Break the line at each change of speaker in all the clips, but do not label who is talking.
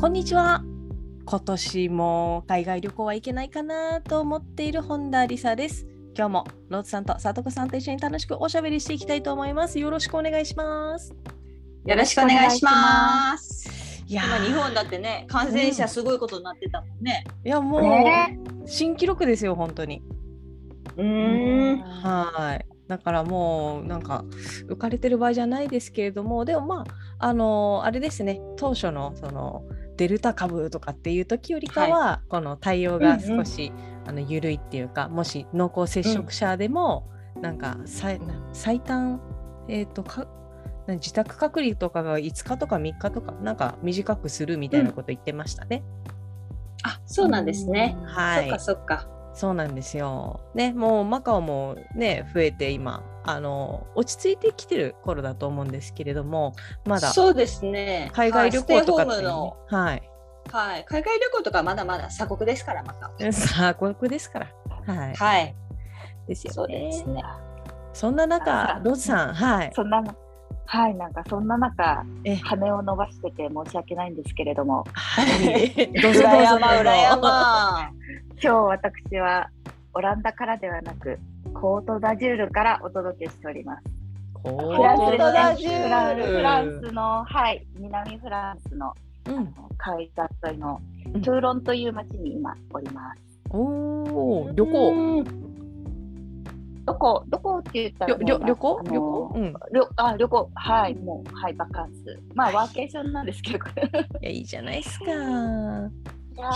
こんにちは今年も海外旅行はいけないかなと思っている本田理沙です今日もローズさんとさとこさんと一緒に楽しくおしゃべりしていきたいと思いますよろしくお願いします
よろしくお願いします。
いや
今日本だってね感染者すごいことになってたもんね。
いやもう、
ね
新記録ですよ本当に
う
はいだからもうなんか浮かれてる場合じゃないですけれどもでもまああのあれですね当初のそのデルタ株とかっていう時よりかは、この対応が少し、あの緩いっていうかもし濃厚接触者でも、なんか最な最短えっ、とかな自宅隔離とかが5日とか3日とかなんか短くするみたいなこと言ってましたね。
あそうなんですね。
はい。
そっかそっか。
そうなんですよ。ね、もうマカオもね、増えて今、あの、落ち着いてきてる頃だと思うんですけれども、まだ
そうですね。
海外旅行とかって
はいス
いう
テイ
ね、
ホ
はい。
ームの、はい、海外旅行とかまだまだ鎖国ですからまた。
さあ、孤独ですから。はい。
はい。
です
そ
よ
うで
ね。
すね。
そんな中、ロズさん、はい。
そんなのはいなんかそんな中
え
羽を伸ばしてて申し訳ないんですけれども
はい。 どうぞどうぞどうぞ。
裏山裏山。
今日私はオランダからではなくコートダジュールからお届けしております
こう
フランス
コートダ
で
ジ
す
ュー
ね
ル
フランフランスのはい南フランスの
うん。
海岸沿いの
うん
トゥーロンという町に今おります
おー、旅行。
行。
どこどこって言った
りょ
ら
りょ旅行
あの
旅行うん。い
旅あ旅行はいもうはいバカンスまあワーケーションなんですけど
や、いいじゃないですか。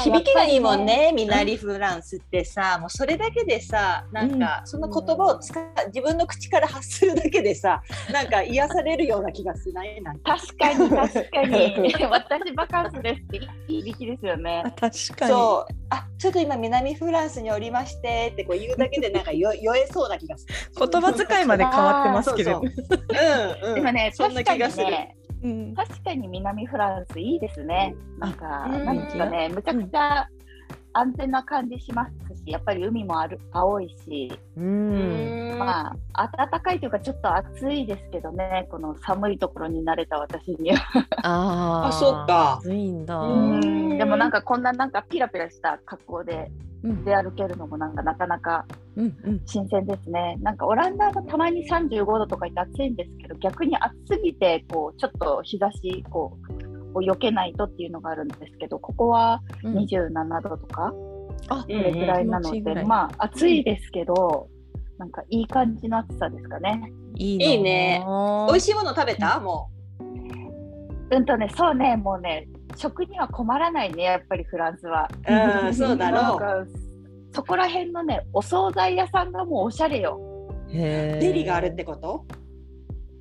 響きがいいもんね、南フランスってさ、もうそれだけでさ、なんかその言葉を使う、自分の口から発するだけ でさ、なんか癒されるような気がしないなんか。
確かに確か に私バカンスですっていい響きですよね
あ確かに。
そう、あ、ちょっと今南フランスにおりましてってこう言うだ けでなんかよ酔えそうな気がする。
言葉遣いまで変わってますけれど。
そうそううんうん。
でもね、
そんな
確か
気
に
がする。
ね、
うん
確かに南フランスいいですね。なんか、
あうん
なんかね、むちゃくちゃ安全な感じしますし、やっぱり海もある青いし、
うん。
まあ
まあ暖かいというかちょっと暑いですけどね、この寒いところに慣れた私には。
あー
あそっか
暑いんだ。
うん
でもなんかこんななんかピラピラした格好で
うん
出歩けるのもなんかなかなか
うんうん。
新鮮ですね。なんかオランダもたまに35度とか言って暑いんですけど、逆に暑すぎてこうちょっと日差しこうを避けないとっていうのがあるんですけど、ここは
うん
27度とか
あ、
う
それくらいなの
うんうん気持ちいいぐ
で、
らい
まあ暑いですけど、なんかいい感じの暑さですかね。
いい
いいね美
美
味しいもの食べた？も
うんとね、そうね、もうね、食には困らないね、やっぱりフランスは。
う。うん、そうだ
な
ろ
ん
う。
かそこら辺のね、お惣菜屋さんがもうおしゃれよ。
デ
デリがあるってこと？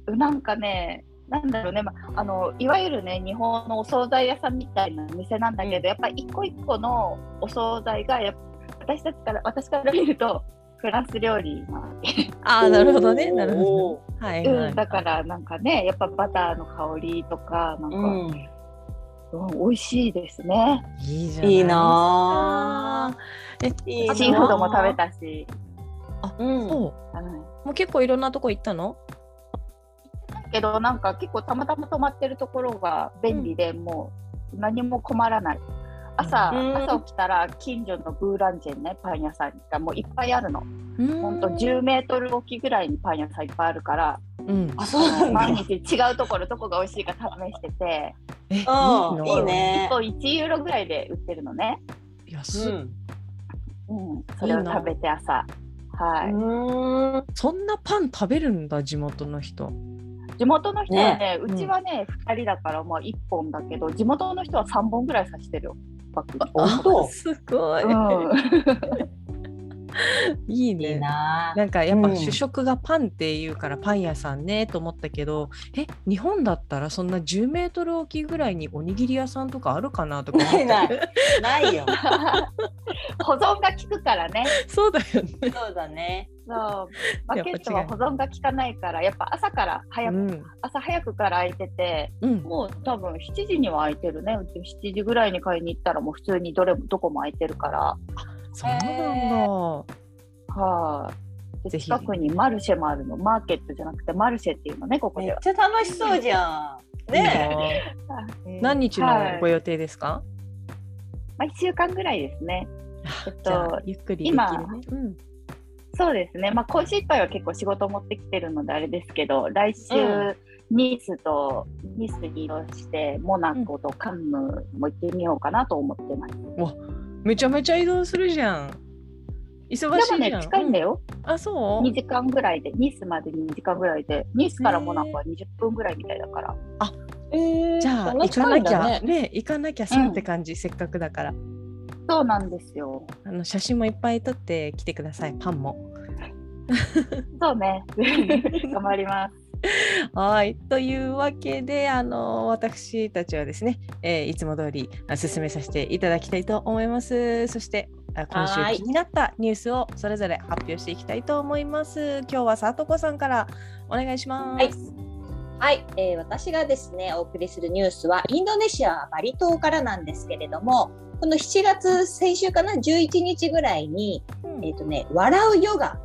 なんかね、なんだろうね、まあのいわゆるね、日本のお惣菜屋さんみたいな店なんだけど、
うん
やっぱ一個一個のお惣菜がやっぱ私たちから私から見るとフランス料理なわけ、
あー、なるほどね。なるほ
ど。
ど。はいは
う
い
ん。だからなんかね、やっぱバターの香りとかなんか、
うん。
うん美味しいですね。
いいじゃない
いいな
ぁ。
いいなぁ
シーフードも食べたし、
うん
そう。
あの
もう結構いろんなとこ行ったの？
けどなんか結構たまたま泊まってるところが便利で、もう何も困らない朝、
うん
朝起きたら近所のブーランジェンねパン屋さんがもういっぱいあるのほんと10メートルおきぐらいにパン屋さんいっぱいあるから
うん。
あ、そうなんだ。
毎日違うところどこが美味しいか試してて
え、いい
うん
の
いい。
1。
ね
個1ユーロぐらいで売ってるのね、
安っ
うん、それを食べて朝はい、
うん。
そんなパン食べるんだ地元の人。
地元の人はね
うん
うちはね、2人だからまあ1本だけど地元の人は3本ぐらい刺してるよバッグに
あ本当
すごい。
うん
いいね
いいな
なんかやっ
う
ぱ
ん
主食がパンっていうからパン屋さんねと思ったけど、え日本だったらそんな10メートルおきぐらいにおにぎり屋さんとかあるかなとか思ったけど
ないなないよ
保存が効くからね。
そうだよね。
そうだね
そう。バ
やっぱ違う
ケットは保存が効かないから、やっぱ朝から早
う
く、
ん、
朝早くから空いてて、
うん、
もう多分7時には空いてるね。うち7時ぐらいに買いに行ったらもう普通にどれもどこも空いてるから。
そうなんだ。
はい、
ぜ
で
ひ
近くにマルシェもあるのマーケットじゃなくてマルシェっていうのねここ
め
で
っ
は
ちゃ楽しそうじゃん
いい
ね
な
え、うん
何日のご予定ですか？
まあ、1週間ぐらいですねえっ
じゃあ
と
ゆっくりできるね。うん、
そうですねまあ今週いっぱいは結構仕事持ってきてるのであれですけど来週、
う
ニースとニースに移動してモナコとカンヌも行ってみようかなと思ってます、
めちゃめちゃ移動するじゃん。忙
で
し
も
いじゃ
ね
ん。
近いんだよ、
うんあ、そう
2。時間ぐらいでニースまで2時間ぐらいでニースからモナコは20分ぐらいみたいだから
えー
じゃあ
そんな
行か
近い
なんき
だ
ゃ
ね
ね行かなきゃさ
うん
って感じ、せっかくだから
そうなんですよ
あの写真もいっぱい撮ってきてくださいパンも。
そうね 頑張ります
はいというわけであの私たちはですね、えーいつも通りあ進めさせていただきたいと思いますそしてあ今
はー
週
い
気になったニュースをそれぞれ発表していきたいと思います今日はさとこさんからお願いします、
はいはい、えー私がですねお送りするニュースはインドネシアバリ島からなんですけれどもこの7月先週かな11日ぐらいに、
うん
えっとね、笑うヨガ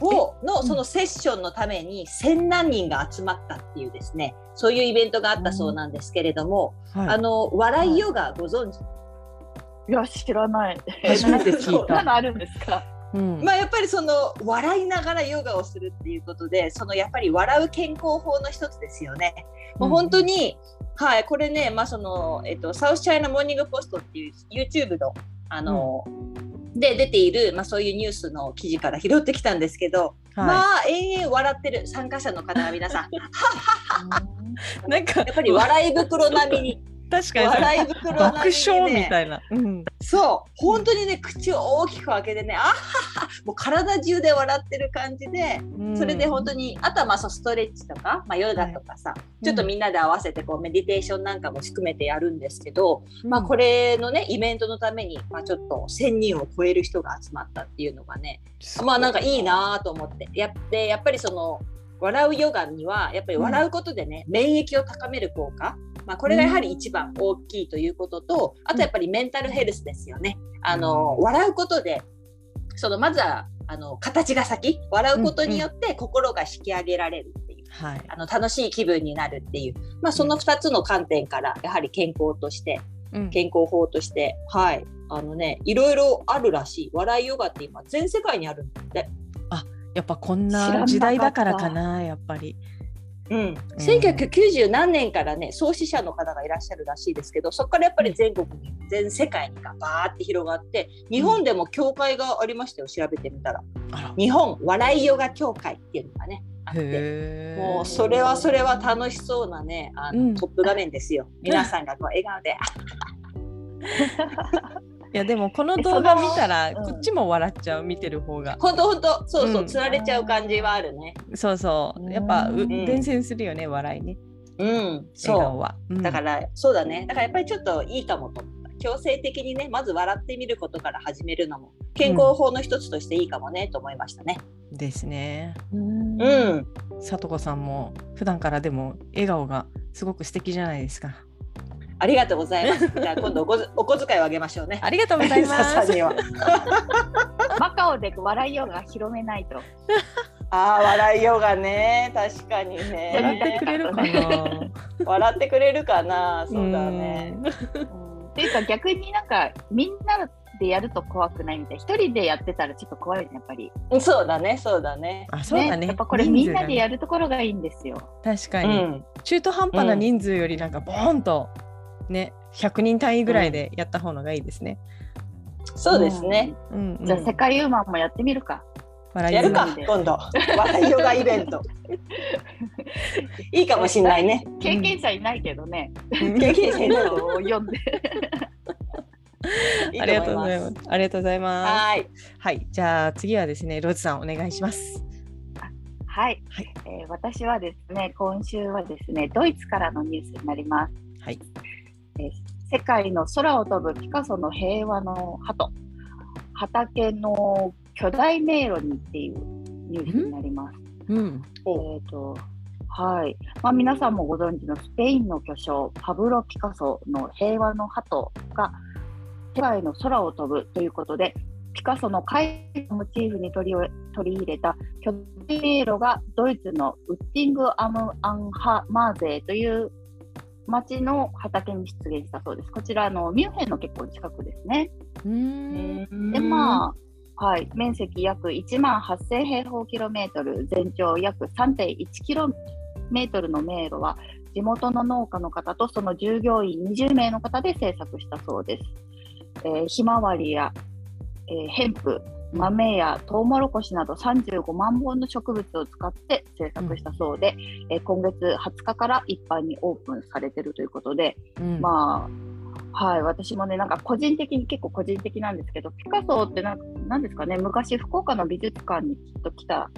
をのそのセッションのために1000何人が集まったっていうですねそういうイベントがあったそうなんですけれども、
はい
あの笑いヨガご存知、
いや知らない
初めて 聞い
そんな
た。
のあるんですか。
うん
まあ、やっぱりその笑いながらヨガをするっていうことでそのやっぱり笑う健康法の一つですよね。もう本当に、はい、これね、まあそのえっと、サウスチャイナモーニングポストっていう YouTube のあの、で出ている、まあ、そういうニュースの記事から拾ってきたんですけど、ま
は
あ永遠笑ってる参加者の方は皆さんや
い、なんか
っぱり笑い袋並みに
確かにそれ
笑い袋並み
爆
に、
笑み
ね、
たいな。うん
そう本当にね口を大きく開けてねあははもう体中で笑ってる感じで。
うん
それで本当にあとはまあそうストレッチとか、まあ、ヨガとかさ、ちょっとみんなで合わせてこうメディテーションなんかも含めてやるんですけど、まあ、これのねイベントのために、まあ、ちょっと1,000人を超える人が集まったっていうのがねまあなんかいいなと思ってやってやっぱりその笑うヨガにはやっぱり笑うことでね、免疫を高める効果、まあ、これがやはり一番大きいということと、あとやっぱりメンタルヘルスですよね。あの笑うことでそのまずはあの形が先笑うことによって心が引き上げられるっていう、
はい。
あの楽しい気分になるっていう、まあ、その2つの観点からやはり健康として
うん
健康法としてはいあのねいろいろあるらしい笑いヨガって今全世界にあるんだって。
やっぱこん
知らなか
な
った
時代だからかなやっぱり。
うん、1990何年からね創始者の方がいらっしゃるらしいですけどそこからやっぱり全国に全世界にがバーって広がって日本でも教会がありましたよ調べてみたら
あら。
日本笑いヨガ協会っていうのがねあって
へー
もうそれはそれは楽しそうなねあの、
うん
トップ画面ですよ皆さんがこう笑顔で
いやでもこの
え
動画
そ
見
の
たら
うん
こっちも笑っちゃう見てる方が
本当本当そうそう、
うん
つられちゃう感じはあるね
そうそうやっぱう
うん
伝染するよね笑いね
うん
笑
そう
顔はうん
だからそうだねだからやっぱりちょっといいかもと思った強制的にねまず笑ってみることから始めるのも健康法の一つとしていいかもね、と思いましたね
ですね
うん
う。ん
さとこさんも普段からでも笑顔がすごく素敵じゃないですか
ありがとうござ いますじゃあ今度おこずお小遣いをあげましょうね
ありがとうございま
笹
す
には
マカオで笑いようが広めないと。
ああ笑いようがね確かに
笑って
ね
くれるかな
笑ってくれるかなそうだね
うん
うんっていうか逆になんかみんなでやると怖くないみたい。一人でやってたらちょっと怖いねやっぱり。
そうだねそうだね
あそうだね
やっぱこれみんなでや
る
るところがいいんですよ。
確か
う
に
ん
中途半端な人数よりなんかボーンとね100人単位ぐらいでやった方のがいいですね
そうですね、
うん
うん。じゃあ世界ウーマンもやってみるか。
笑い
やる
ヨガ
か今度笑いヨガイベ ントいいかもしんないね
経験者いないけどね。
うん
経験者いない
読んで。
いい
ありがとうございます。ありがとうございます。
はい。
はい、じゃあ次はですね、ローズさんお願いします。
はい、
はい
えー私はですね今週はですねドイツからのニュースになります、
はい
えー世界の空を飛ぶピカソの平和の鳩畑の巨大迷路にっていうニュースになります、
うん。
えーとはいまあ、皆さんもご存知のスペインの巨匠パブロ・ピカソの「平和の鳩」が世界の空を飛ぶということでピカソの絵画をモチーフに取り取り入れた巨大迷路がドイツのウッティング・アム・アンハ・マーゼという町の畑に出現したそうです。こちらあのミュンヘンの結構近くですね。
うーん。
でまあ、はい、面積約1万8000平方キロメートル、全長約3.1キロメートルの迷路は、地元の農家の方とその従業員20名の方で制作したそうです。えーひまわりや、えーヘンプ、豆やトウモロコシなど35万本の植物を使って制作したそうで、えー今月20日から一般にオープンされてるということで、
うん
まあ、はい、私もね、なんか個人的に結構個人的なんですけど、ピカソってなんかなんですかね、昔福岡の美術館にきっと来た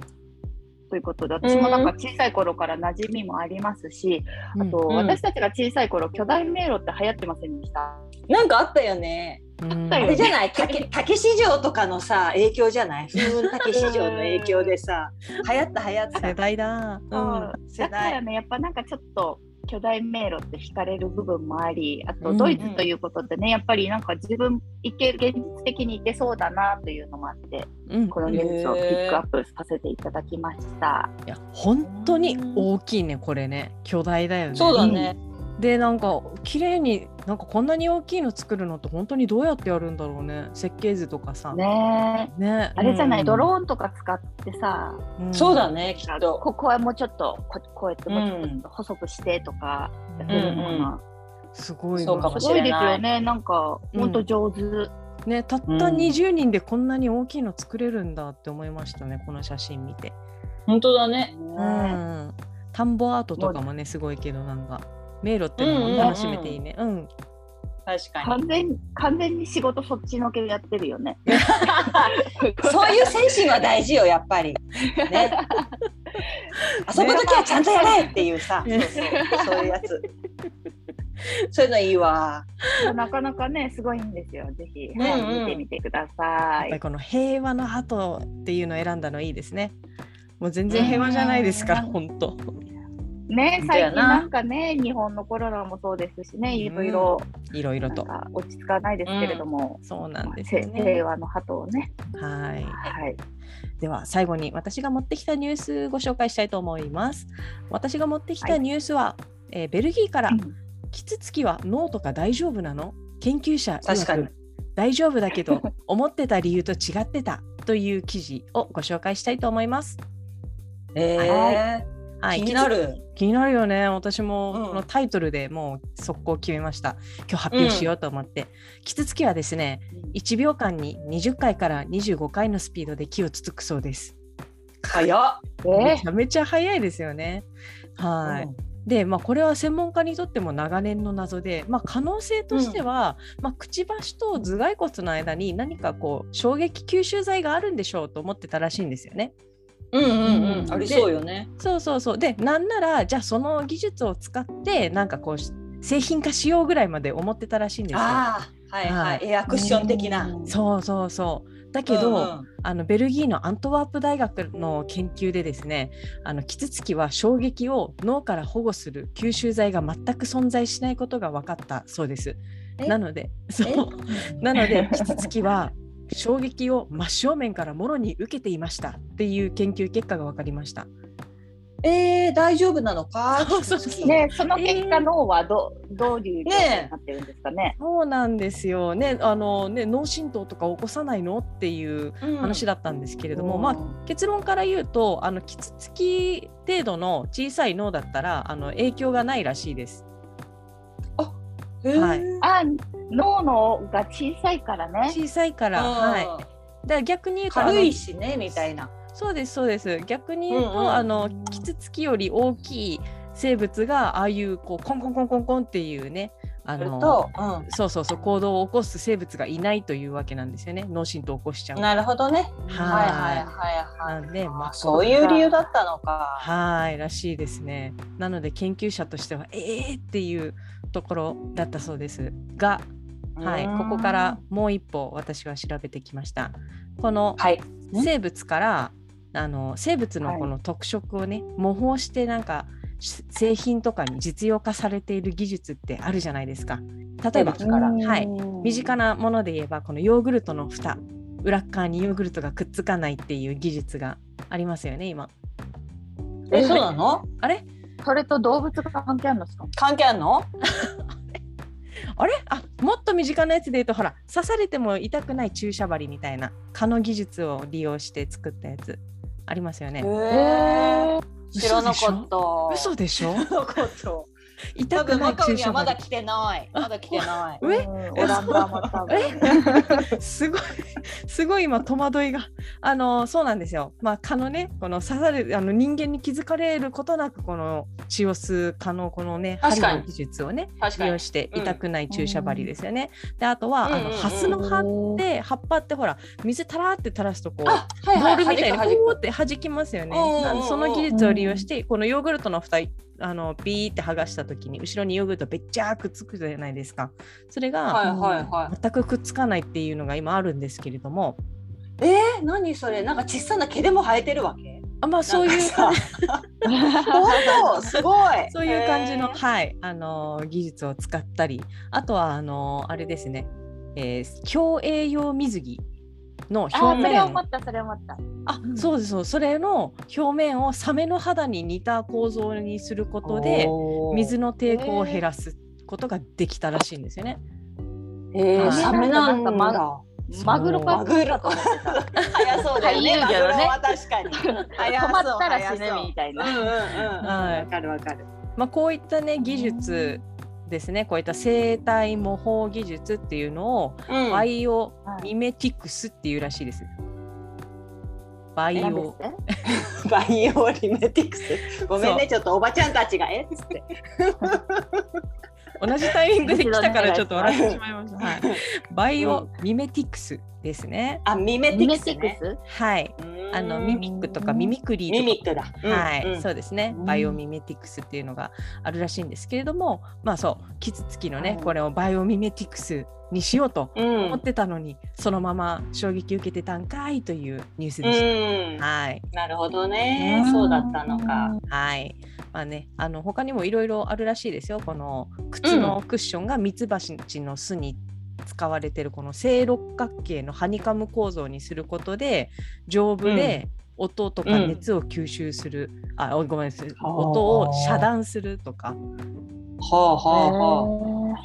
ということで、私もなんか小さい頃から馴染みもありますし、あと、
うん
私たちが小さい頃、巨大迷路って流行ってませんでした。
なんかあったよね。
うん
あ
あれじゃない、たけ、たけ市場とかのさ、影響じゃない。風雲たけ市場の影響で さ、流行った流行っ
世
た。
代だ。うん。
うん
世
だから
代。
ね、やっぱなんかちょっと巨大迷路って惹かれる部分もあり、あ
う
と
ん
ドイツということでね、やっぱりなんか自分いける現実的にいけそうだなというのもあって、
うん。
このニュースをピックアップさせていただきました。
いや本当に大きいねこれね巨大だよね。
そうだね。
でなんか綺麗になんかこんなに大きいの作るのって本当にどうやってやるんだろうね設計図とかさ。
ねえ
ね
あれじゃない、
うん
ドローンとか使ってさ、
うん
そうだね、きっと。
ここはもうちょっとここうやってもうちょっと細くしてとかやってるのかな、
すごい
そうかも
な
し
す
れ
ご
ない
いですよねなんか
うん
ほんと上手、
ねたった
うん
20人でこんなに大きいの作れるんだって思いましたねこの写真見て。
本当だね。
うん田んぼアートとかもねすごいけどなんか迷路っていう
うん
の
うん
も楽しめていいね。うん
確かに。
完全完全に仕事そっちのけでやってる よね
そういう精神は大事よ、やっぱり。 ね。あそこだけはちゃんとやれっていうさ、そう
ね
そう、そういう やつ。そういうのいいわ。
なかなかねすごいんですよぜひ、
ね
はい
うんう
見
ん
てみてくださ
やっぱり
い
この平和の鳩っていうのを選んだのいいですね。もう全然平和じゃないですから、
うん
本当。
ね
本当
最
や
近
な
なんかね日本のコロナもそうですしねいろいろ
いろいろ
なん
と。
か落ち着かないですけれども、
そうなんです
まあ
よ
せ
ね
平。和の鳩をね
はい。
はい
では最後に私が持ってきたニュースご紹介したいと思います。私が持ってき
は
た
い
ニュースは、えーベルギーから
うん
キツツキは脳とか大丈夫なの研究者
確かに
曰く大丈夫だけ ど思ってた理由と違ってたという記事をご紹介したいと思います。
え
は
ー
はい、
気になる。
気になるよね私も
うん
このタイトルでもう速攻決めました今日発表しようと思って、キツツキはですね1秒間に20回から25回のスピードで木をつつくそうです
早っ。
め
え
ちゃめちゃ早いですよねはい、で、まあ、これは専門家にとっても長年の謎で、まあ、可能性としては、まあ、くちばしと頭蓋骨の間に何かこう衝撃吸収剤があるんでしょうと思ってたらしいんですよね
うんうんう。
うんん
ありそうよね。
そうそうそうでなんならじゃあその技術を使ってなんかこうし製品化しようぐらいまで思ってたらしいんですよ。
ああ、はいは
はい
い。エアクッション的な。
そうそうそうだけど、
うん
あのベルギーのアントワープ大学の研究でですねあのキツツキは衝撃を脳から保護する吸収剤が全く存在しないことが分かったそうです。
え
なのでそうなの でキツツキは衝撃を真正面からもろに受けていましたっていう研究結果が分かりました。
うんえー、大丈夫なのか。
そうそうそう
キツツキ
ね、その結
え
果
ー
脳はど,、どういう状態になってるんですかね。
そうなんですよねあのね脳震盪とか起こさないのっていう話
だ。
だったんですけれども、まあ、結論から言うとあのキツツキ程度の小さい脳だったらあの影響がないらしいです。はい
い。
あ、脳のが小さいからね。
小さいから、はい、だか
い。
ら逆に言うとあの
軽いしねみたいな。
そうですそうです逆に言うと、
うんうん
あのキツツキより大きい生物がああいうこうコンコンコンコンコンっていうねあ
する
の
と、う
そうそうそう行動を起こす生物がいないというわけなんですよね脳震盪を起こしちゃ
ん、
う。
なるほどね。はいはい
は
はい
な
はい。
んでまあ
あそういう理由だったのか。
はいらしいですね。なので研究者としてはえーっていうところだったそうですが、はい、
うーん
ここから。もう一歩私は調べてきました。この
はい。ん
生物からあの生物のこの特色をね、模倣してなんかし製品とかに実用化されている技術ってあるじゃないですか。例えば
生物から
はい身
身
近なもので言えばこのヨーグルトの蓋裏っ側にヨーグルトがくっつかないっていう技術がありますよね今。
え、そうなの
あれ
それと動物が関係あるんですか
関係あるの
あれあもっと身近なやつで言うとほら刺されても痛くない注射針みたいな蚊の技術を利用して作ったやつありますよね。
へえ。知
嘘
ら
で
な
し
か
ょ
った。
嘘で しょ
知らなかった。
痛
多
く
分
ない
マカオ
注
には
射
まだ
針。
来てない。まだ来てない。
上
うんオランダも多分。
すごいすごい今戸惑いがあのそうなんですよ、まあ、蚊のねこの刺さるあの人間に気づかれることなくこの血を吸う蚊のこのね針
確かに
の技術をね
確
利
かに
用。して
うん
痛くない注射針ですよね。であとは、あ
うんうん
の
うん
ハスの葉って葉っぱってほら水たらって垂らすとこう。
あ、はい
ボ
は
ー
い。
ルみたいに
弾く弾
ポ
く
ーって弾きますよね。
うんうんうん
なんその技術を利用して、このヨーグルトの蓋あのビーって剥がした時に後ろにヨーグルトべっちゃーくっつくじゃないですか。それ
は
が
いはいはい。
全くくっつかないっていうのが今あるんですけれども、
えー、何それなんか小さな毛でも生えてるわけ
あまあそう いう
なんかさ本当すごい
そういう感じの、
へー
はい、あのー技術を使ったり、あとはあのーあれですね、えー競泳用水着の表
あー、それ
面、
思った、それ思った。
あそうですそうです、それの表面をサメの肌に似た構造にすることで、
おー
水の抵抗を減らすことができたらしいんですよね。
えー
はい
サメなんだ
なんマグロパ
マ
ッ
グ
ク
ロ
だと思ってた。
早そうだよね
俳優業のね
マグロは確かに早そう
止まったら死ぬみたい
うん
な。
うんうん
はい
わかるわかる
まあ、こういったね技術ですね、こういった生体模倣技術っていうのを
うん
バイオミメティクスっていうらしいです。バイ
なんで
オ
すって
バイオリメティクスごめんねちょっとおばちゃんたちがえっつって
同じタイミングで来たからちょっと笑ってしまい ました。はい、バイ
う
オミメティクスですね。
あミメテ
ミ
ィ
メ
ク
テ
ス
ィク
ね
ス
はい。あの
うん
ミミックとかミミクリーと
ミ
か。
ミックだ
はい、
うんうん
そうですね
うん
バイオミメティクスっていうのがあるらしいんですけれども、まあそうキツツキのね、
はい
これをバイオミメティクスにしようと
うん
思ってたのに、そのまま衝撃受けてたんかいというニュースでした。
うん
はい、
なるほどねそうだったのか
はい。まあね、あの他にもいろいろあるらしいですよ。この靴のクッションがミツバチの巣に使われてるこの正六角形のハニカム構造にすることで丈夫で音とか
うん
熱を吸収する、あおごめんなさい
あー
音を遮断するとか
ほうほうほう。
う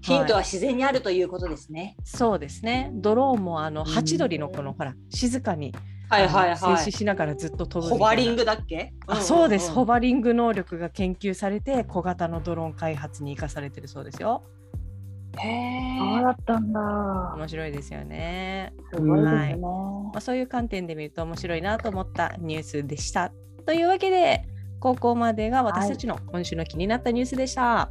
ヒントは自然にあるということですね。
そうですねドローンもあのハチドリのこのほら静かに、
はいはい
あの
は
静止
い。
しながらずっと飛ぶ
ホ
みた
バ
いな
リングだっけ？
あそうです、ホ
バ。
バリング能力が研究されて小型のドローン開発に生かされてるそうですよ。
へえ。
そうだったんだ。
面白いですよね、
すごいですね。
まあ、そういう観点で見ると面白いなと思ったニュースでしたというわけでここまでが私たちの今週の気になったニュースでしたは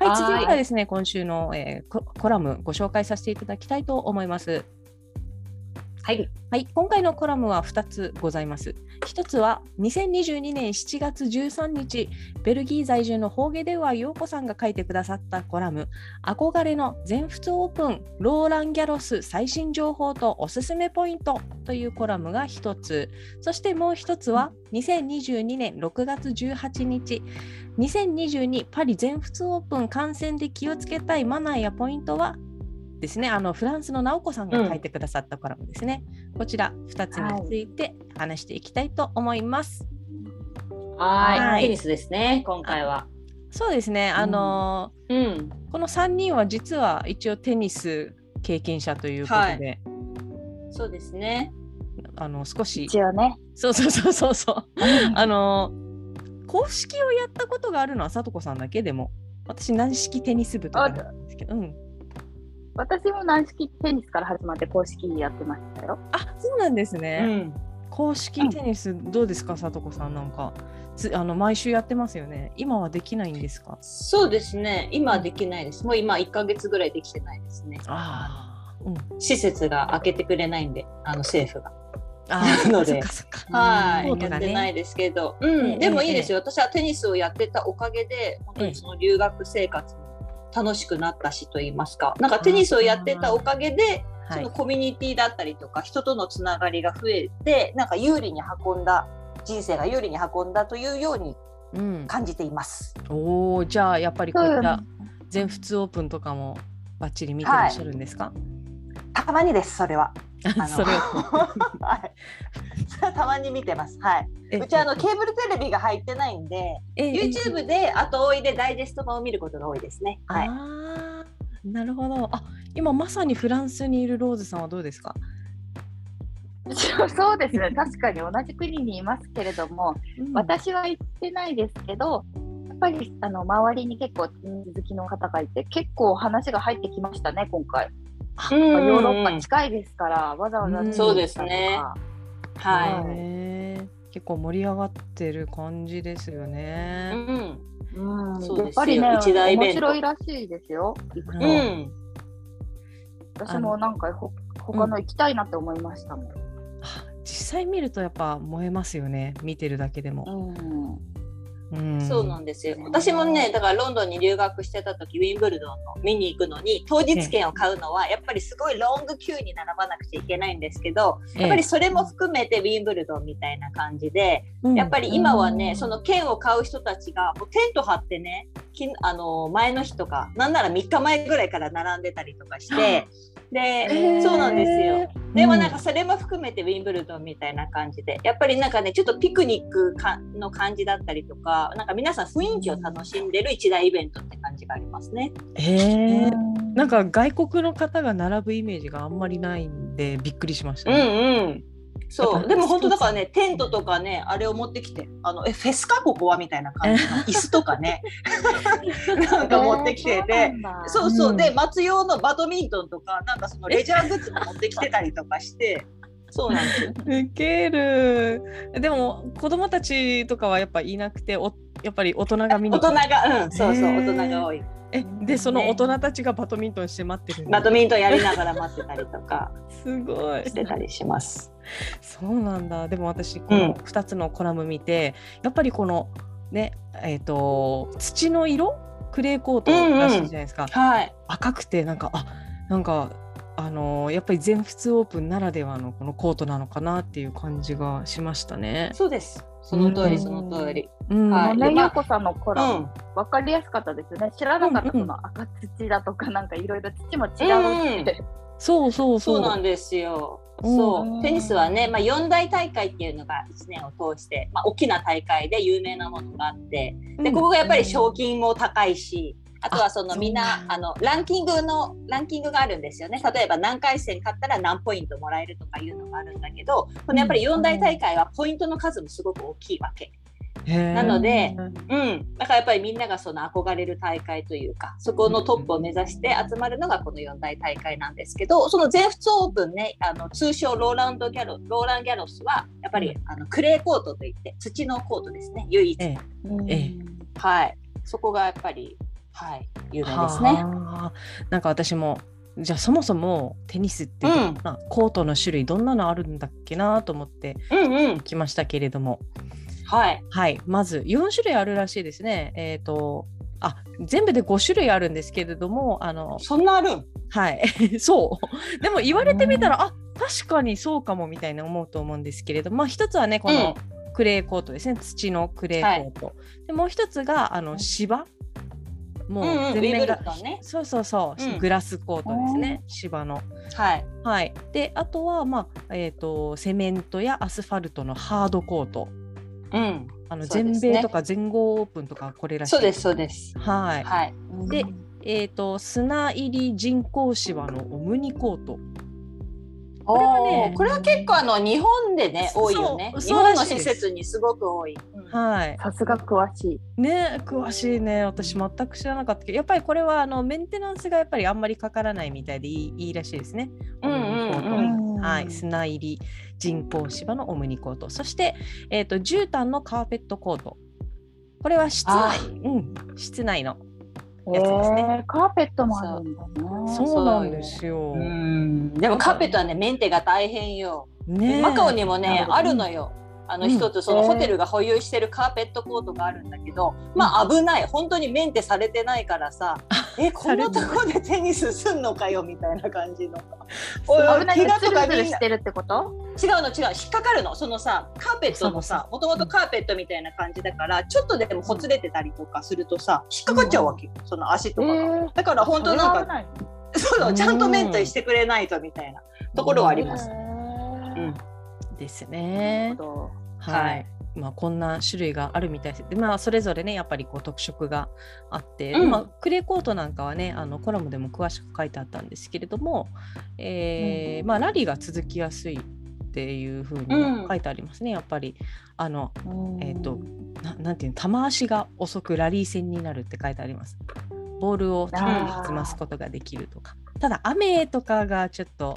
い、
はい
続いてはですね今週の、えーココラムご紹介させていただきたいと思います
はい。
はい、今回のコラムは2つございます。1つは2022年7月13日、ベルギー在住のホーゲデワ陽子さんが書いてくださったコラム、憧れの全仏オープン、ローラン・ギャロス最新情報とおすすめポイントというコラムが1つ、そしてもう1つは2022年6月18日、2022パリ全仏オープン観戦で気をつけたいマナーやポイントはですね、あのフランスの直子さんが書いてくださったコラムですね。こちら2つについて話していきたいと思います。は
はいい。テニスですね。今回は。
そうですね、あのー
うん。
この3人は実は一応テニス経験者ということで、
そうですね。
あの少し
一応ね。
そうそうそうそうそう あのー公式をやったことがあるのはさとこさんだけでも私軟式テニス部とかなんですけど、うん、
私も軟式テニスから始まって公式やってましたよ。
あそうなんです
う
ね、
ん。
公式テニスどうですか、さとこさんなんかつあの毎週やってますよね今はできないんですか
そうですね。今はできないです。もう今1ヶ月ぐらいできてないですね。
ああ、うん、
施設が開けてくれないんで、あの政府が。
あ
なの
あ、
で
そっかそっか。
はい、
コート
や
が
って
ね
ないですけど、
え
う
え
ん、でもいいですよ。私はテニスをやってたおかげで、本当にその留学生活も楽しくなったしと言いますか、なんかテニスをやってたおかげで、
は
そ
い
の、コミュニティだったりとか、人とのつながりが増えて、なんか有利に運んだ、人生が有利に運んだというように
うん、
感じています。
おおじゃあやっぱりこういった
う
全仏オープンとかもバッチリ見てらっしゃるんですか、
たまにです、それは。あの
それを
はい。 それはたまに見てます。はい。
え
うちはあのケーブルテレビが入ってないんで、
ええ
YouTube で後追いでダイジェスト版を見ることが多いですね。はい。
あーなるほどあ今まさにフランスにいるローズさんはどうですか、
そう そうです ね、確かに同じ国にいますけれども、私は行ってないですけど、やっぱりあの周りに結構、好きの方がいて、結構話が入ってきましたね、今回。
うん
まあヨーロッパ近いですから、わざわざ、
うん
そうですね。は
はい
へー結構盛り上がってる感じですよ
い。
ね。
うん。
うん、
そうですよ
やっぱりね、
一大イベ
面
ント
白いらしいですよ、行くと。
うん。
私もなんかほ他の行きたいなって思いましたもん。
あ実際見るとやっぱ燃えますよね見てるだけでも。
うん
うん
そうなんですよ。私もね、だからロンドンに留学してた時、ウィンブルドンの見に行くのに、当日券を買うのは、やっぱりすごいロング級に並ばなくちゃいけないんですけど、やっぱりそれも含めてウィンブルドンみたいな感じで、やっぱ
り、
り今は
う
ね、
ん
その券を買う人たちがもうテント張ってね、きあの前の日とか、なんなら3日前ぐらいから並んでたりとかして、で、
へー
そうなんですよ。
うん
でもなんかそれも含めてウィンブルドンみたいな感じで、やっぱりなんかね、ちょっとピクニックかの感じだったりとか、なんか皆さん雰囲気を楽しんでる一大イベントって感じがありますね。
へーなんか外国の方が並ぶイメージがあんまりないんでびっくりしました
う
ね、
んうん。
やっ
そ
ぱ
うでも本当だからねテントとかねあれを持ってきてあのえフェスかここはみたいな感じの椅子とか ねなんか持ってきてて、そうそう、
うん
で松用のバドミントンとかなんかそのレジャーグッズも持ってきてたりとかしてそうなん ですよ
ウケるでも子供たちとかはやっぱいなくておやっぱり大人が見に
大
来
人
る
がうんそうそう
へ
大
ー
人が多い
えでその大人たちがバドミントンして待ってるんだ
バドミントンやりながら待ってたりとか
すごい
してたりします
そうなんだでも私この
う
2つのコラム見て、やっぱりこのねえっ、と土の色クレーコートらしいじゃないですか、
はい
赤くてなんかあなんかあのーやっぱり全仏オープンならではのこのコートなのかなっていう感じがしましたね。
そうですその通
うん
りその通り
うん
は
ね、
でまあ
ゆうこさんのコ
う
ラム、
ん
わかりやすかったですよね。知らなかった、
うんう
そ
ん
の赤土だとか、なんかいろいろ土も違うって。
そうそうそう。
そうなんですよ。
うん
そうテニスはね、まあ、四大大会っていうのが1年を通して、まあ、大きな大会で有名なものがあって
うん
でここがやっぱり賞金も高いしあとはその
あ
みんなあのランキングのランキングがあるんですよね例えば何回戦勝ったら何ポイントもらえるとかいうのがあるんだけどこのやっぱり四大大会はポイントの数もすごく大きいわけ。
へー
なのでうん、だからやっぱりみんながその憧れる大会というかそこのトップを目指して集まるのがこの四大大会なんですけどその全仏オープンねあの通称ローランドギャロローランギャロスはやっぱりあのクレーコートといって土のコートですね唯一、
ええ
うん
ええ
はい、そこがやっぱり、はい、有名です
は
ね。
あなんか私もじゃあそもそもテニスって、う
うん
なコートの種類どんなのあるんだっけなと思って
うんうん
きましたけれども
はい
はい、まず4種類あるらしいですね。えっ、と、あ、全部で5種類あるんですけれども、あの、
そんなあるん
はい、 そう。でも言われてみたら、あ、確かにそうかもみたいな思うと思うんですけれども、まあ一つはね、このクレーコートですね、土のクレーコート。で、もう一つが、あの、芝。も
うんうん
う
ウ
全
ィンブ
面
ル
が、
ドンね
そうそうそう、
うん
グラスコートですね、芝の。
はい
はい、で、あとは、まあ、えっ、と、セメントやアスファルトのハードコート。
うん
あの
そうです
全
ね
米とか全豪オープンとかこれらしい
そうですそうです
はい。
はい
で、えっ、と砂入り人工芝のオムニコート。
これは
お
ね
ー
これは結構あの日本でね多いよね
そう
日
そ
本の
うらしいです
施設にすごく多い、うん
はい。
さすが詳しい。
ね詳しいね。私全く知らなかったけど、やっぱりこれはあのメンテナンスがやっぱりあんまりかからないみたいでいいいいらしいですね。
うんうんうん
オムニコートは
うん
い、砂入り人工芝のオムニコートそして、えー、と絨毯のカーペットコートこれは室内、うん、室内のやつですね
えーカーペットもあるんだな。
そう
そうなんですよ
う。んでもカーペットはねメンテが大変よ。
ねえ
マカオにもね
なるほど
あるのよ。あの
うん
一つその
えー
ホテルが保有してるカーペットコートがあるんだけど、まあ危ない本当にメンテされてないからさえこんなとこでテニスすんのかよみたいな感じのおいおい
危ないけ
怪
どツ
我と
ル
か
ツル
みん
し
な
てるってこと？
違うの違う引っかかるのそのさカーペットのさもともとカーペットみたいな感じだからちょっとでもほつれてたりとかするとさ引っかかっちゃうわけよ、その足とかが、
ー
だから本当なんか
か
そうそうちゃんとメンテしてくれないとみたいなところはあります、うん
です
なる
ね
ほ。ど。
は。
はい
まあこんな種類があるみたいです。で、まあそれぞれねやっぱりこう特色があって、
うん
まあクレーコートなんかはねあのコラムでも詳しく書いてあったんですけれども、えーまあラリーが続きやすいっていう風
うん
に書いてありますね。やっぱりあのえっと
うん
ななんていうの球足が遅くラリー戦になるって書いてあります。ボールを高く弾ますことができるとか。ただ雨とかがちょっと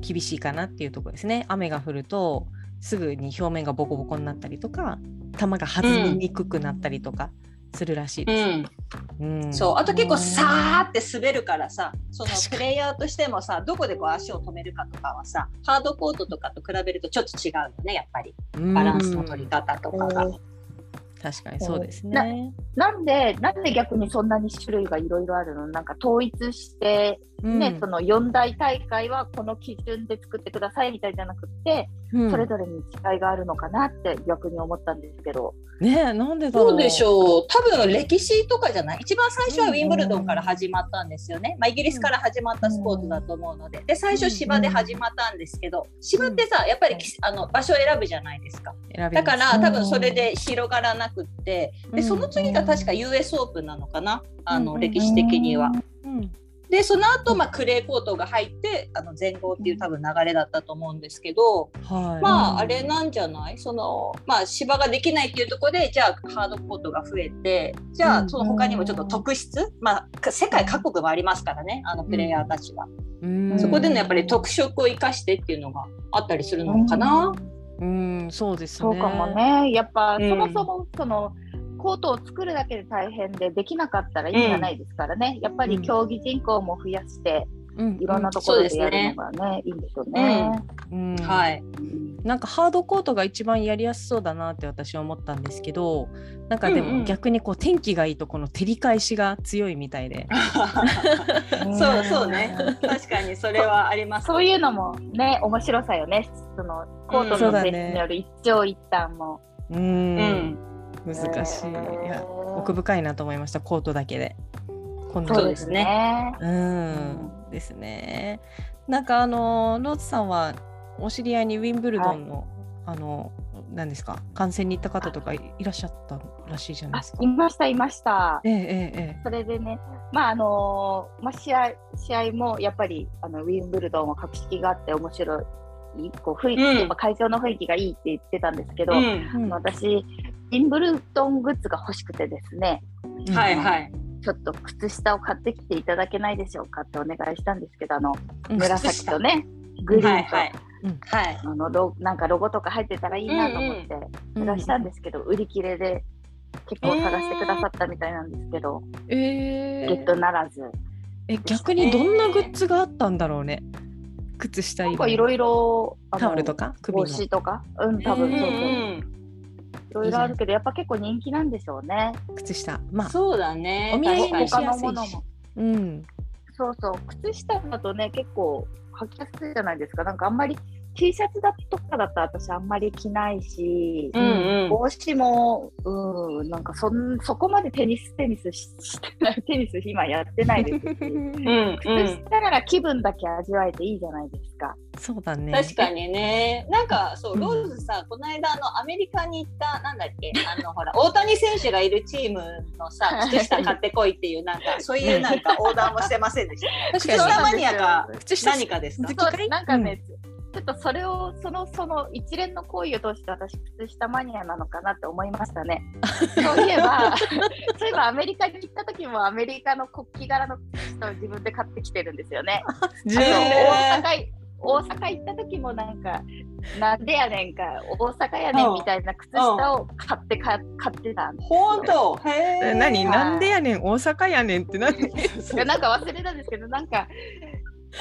厳しいかなっていうところですね。雨が降るとすぐに表面がボコボコになったりとか、球が弾みにくくなったりとかするらしいです。
うん
うん
そうあと結構さーって滑るからさその
確か
プレイヤーとしてもさどこでこう足を止めるかとかはさハードコートとかと比べるとちょっと違うよねやっぱり
うん
バランスの取り方とかが。
確かにそうです
な
ね。
なんでなんで逆にそんなに種類がいろいろあるの？なんか統一してね、
うん
その四大大会はこの基準で作ってくださいみたいじゃなくって、
うん
それぞれに違いがあるのかなって逆に思ったんですけど。
ねえなんでだろう。
どうでしょう多分歴史とかじゃない一番最初はウィンブルドンから始まったんですよね、まあ、イギリスから始まったスポーツだと思うのでで最初芝で始まったんですけど芝ってさやっぱりきあの場所を選ぶじゃないですか
選べ
だ
ます
から多分それで広がらなくってでその次が確か US オープンなのかなあ
うん
の
うん
歴史的には。
うん
でその後、まあクレーコートが入ってあの全豪っていう多分流れだったと思うんですけど、
はい。
まああれなんじゃないそのまあ芝ができないっていうところでじゃあハードコートが増えてじゃ
う
あ
ん
その他にもちょっと特質、まあか世界各国もありますからねあのプレイヤーたちは、
うん
そこでのやっぱり特色を生かしてっていうのがあったりするのかな、
うん、そうですね。
そうかも。ね。やっぱ、
うん
そもそもそのコートを作るだけで大変でできなかったら意味がないですからね。やっぱり競技人口も増やして、
うん、
いろんなところでやるのがね、いいんでしょうね。
うん、。
はいい、
なんかハードコートが一番やりやすそうだなって私は思ったんですけど、なんかで
うんう
も
ん
逆にこう天気がいいとこの照り返しが強いみたいで。
そうそうね確かにそれはあります
そういうのもね、面白さよね。そのコートの選手による一長一短も。
う、
うんん
難しい。いや奥
深
深いなと思いました。コートだけで。こんな
そ
に
うですね。
うん、ですね。なんかあのローズさんはお知り合いにウィンブルドンの、あの何ですか観戦に行った方とかいいらっしゃったらしいじゃない
あ
ですか、。
いましたいました。
えええええ
それでね、まああのまあ、試合試合もやっぱりあのウィンブルドンは格式があって面白い、こう雰囲気、
うん
やっぱ会場の雰囲気がいいって言ってたんですけど、
うん
え。うん
私、ウィンブルドングッズが欲しくてですね、
はいはい
ちょっと靴下を買ってきていただけないでしょうかってお願いしたんですけど、あの
うん
紫とね、グリ
は
ー
い
ンと、
はい
うん
はい
あのロなんかロゴとか入ってたらいいなと思って、
うん
探したんですけど、売り切れで結構探してくださったみたいなんですけど、
え
ゲットならず。
え逆にどんなグッズがあったんだろうね。靴下
なん
以
かい
外
ろいろあの
タオルとか首の
帽子とか、うん、多分
うん
そうそう、いろ
うん
いろあるけど、やっぱ結構人気なんでしょうね。
靴下まあ
そうだね
お土産に
確かに
し
他
や
の
すいし
ものも。
うん
そうそう、靴下だとね、結構履きやすいじゃないですか。なんかあんまり T シャツだとかだと私あんまり着ないし、
うんうん
帽子も、うん、なんかそんそこまでテニステニスし してない、テニス今やってないですし。
うんうん
靴下なら気分だけ味わえていいじゃないですか。
そうだね。
確かにね。なんかそうう、
ん
ローズさ、この間あのアメリカに行ったなんだっけ、あのほら大谷選手がいるチームのさ、靴下買ってこいっていうなんかそういうなんかオーダーもしてませんでした。
確
靴
かに
下マニアが
靴下
何かですか
好。き
そうなんかね、ちょっとそれをそのその一連の行為を通して私靴下マニアなのかなって思いましたね。 そういえばそういえばアメリカに行った時もアメリカの国旗柄の靴下を自分で買ってきてるんですよね。
自
あの
分
大
へー
阪大阪行った時もなんかなんでやねんか大阪やねんみたいな靴下を買ってか買ってたんです
本当へ
え
え
何
はい
なんでやねん大阪やねんって何
い やなんか忘れたんですけどなんか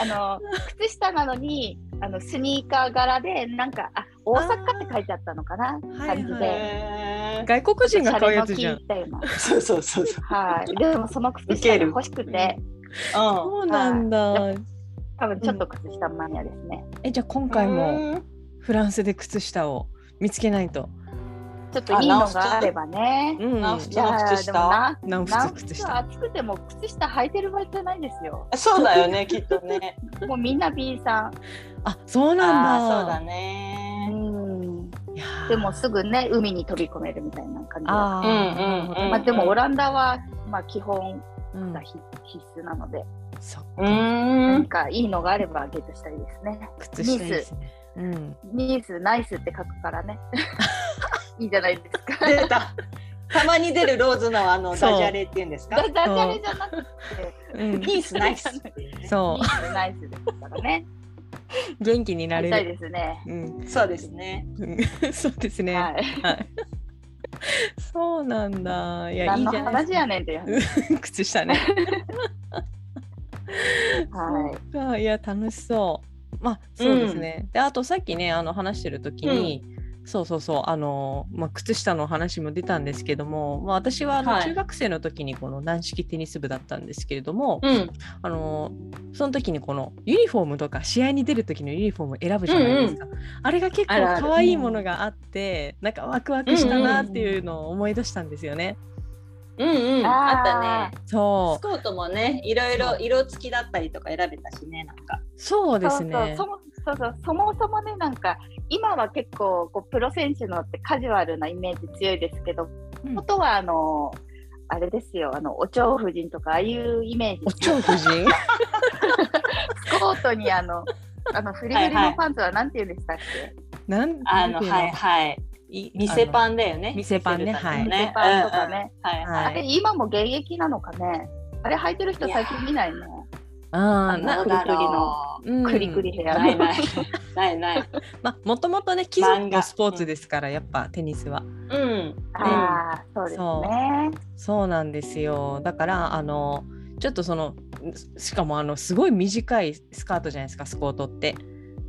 あの靴下なのにあのスニーカー柄でなんかあ大阪って書いてあったのかな
はい
感じ
はい
で。
へー
外国人が買うやつ
シ
じ
ャ
ゃ
レ
ん
の。効いたような
そうそうそうそう
はい、でもその靴下が欲しく
ウケ
て、
うん
そうなんだ。
多分ちょっと靴下マニアですね。
えじゃあ今回も
うん
フランスで靴下を見つけないと。
ちょっといいのがあればね。
うん。
直し
い
ちゃ
やー
靴
で
下
もな、
南
なん
仏靴
か
下。
暑くても靴下履いてる場合じゃないですよ。
そうだよねきっとね
もうみんな B さん。
あそうなんだ。
あーそうだ
う
ね
ん。
いやー
でもすぐね、海に飛び込めるみたいな感じで。
あーなる
うんうんうん
ほど
まあ、でもオランダは、まあ、基本
うん
が必必須なので、
そっ
う
か
ー
なん
ん
かいいのがあればゲットしたいですね。
靴下いいですね。うん。
ニース、ナイスって書くか らね。いいじゃないですか。
出たたまに出るローズのあの
そう
ダジャレっていうんですか
ダジャレじゃなくて、
うん。
ニースナイスっていう ね
そ
ニース、ナイスですからね。
う元気にな
や
れ
りたい
る。
ですね。
うん
そうですね
うん。そうですね。
はい。
はい。そうなんだ。いや、い
何
い
の
じゃないで
話
すか
やねんっていう話。
靴下ね。
はい。
あいや、楽しそう。まあ、そうですね。で、あとさっきね、あの話してる時に。そうそうそうあの、まあ、靴下の話も出たんですけども、まあ、私はあの
はい
中学生の時にこの軟式テニス部だったんですけれども、
うん
あのその時にこのユニフォームとか試合に出る時のユニフォームを選ぶじゃないですか、あれが結構
あるある
可愛いものがあってなんかワクワクしたなっていうのを思い出したんですよね。
うんうんあったね
ね。
そう
スコートもねいろい
そう
ろ色付きだったりとか選べたしねなんか
そうですね。
そうそうそもそうそうそもそもねなんか今は結構こうプロ選手のってカジュアルなイメージ強いですけど、
うん
元はあのあれですよあのお蝶夫人とかああいうイメー
お
ジ
蝶夫 人
スコートにあのあのフリフリのパンツはなんて言うんでしたっけ、
なん
あのはいはい
い
店パンだよね
店パンねはい
店パンとかね
うんうん
はい
は
あ
い
れ今も現役なのかねあれ履いてる人最近見ないね
ああ
あ
な
の
どうだろう
うん
クリクリヘア
ない ないないない
まあもともとね貴族
漫
の
画
スポーツですから、やっぱテニスは
うん
ああそうです
そ
ね
そうなんですよだからあのちょっとそのしかもあのすごい短いスカートじゃないですかスコートって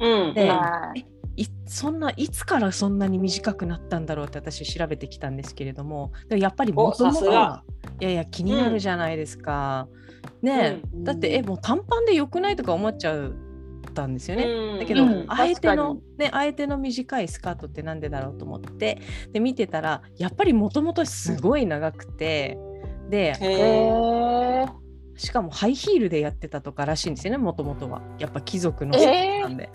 うん
で
はい
いそんないつからそんなに短くなったんだろうって私調べてきたんですけれどもでもやっぱりもとも
おさす
と
が
いやいや気になるじゃないですか、ねえ、
う
だってえもう短パンでよくないとか思っちゃったんですよね、
うん
だけど、
うん
あえての
確
ねあえての短いスカートってなんでだろうと思ってで見てたらやっぱりもともとすごい長くて、で
へえ
え
しかもハイヒールでやってたとからしいんですよねもともとはやっぱ貴族の
え
スポーツなんで、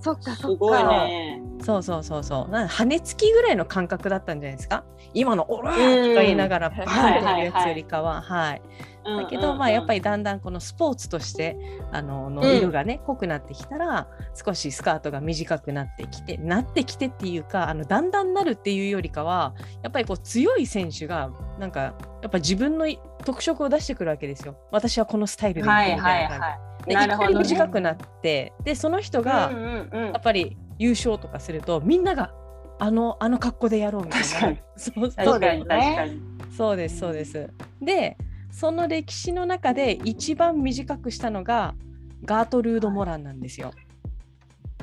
そっか
す
そっか
ごいね
そうそうそうそうなん羽根付きぐらいの感覚だったんじゃないですか今の「オラ!」とか言いながらバンってやるやつよりかははいだけど、まあ、やっぱ
り
りだんだんこのスポーツとしてあのの色がね、濃くなってきたら少しスカートが短くなってきてなってきてっていうかあのだんだんなるっていうよりかはやっぱりこう強い選手がなんかやっぱ自分のい特色を出してくるわけですよ。私はこのスタイルでいくみ
は
たい
い
な
はい
感
は
じ
い
で
なるほど、
い
ね、
きなり短くなってでその人が、
うんうんう
や
ん
っぱり優勝とかするとみんながあのあの格好でやろうみたいな。
確かに
そうそう
そう
確かに確
だよね
かに
そうですそうです。でその歴史の中で一番短くしたのがガートルード・モランなんですよ。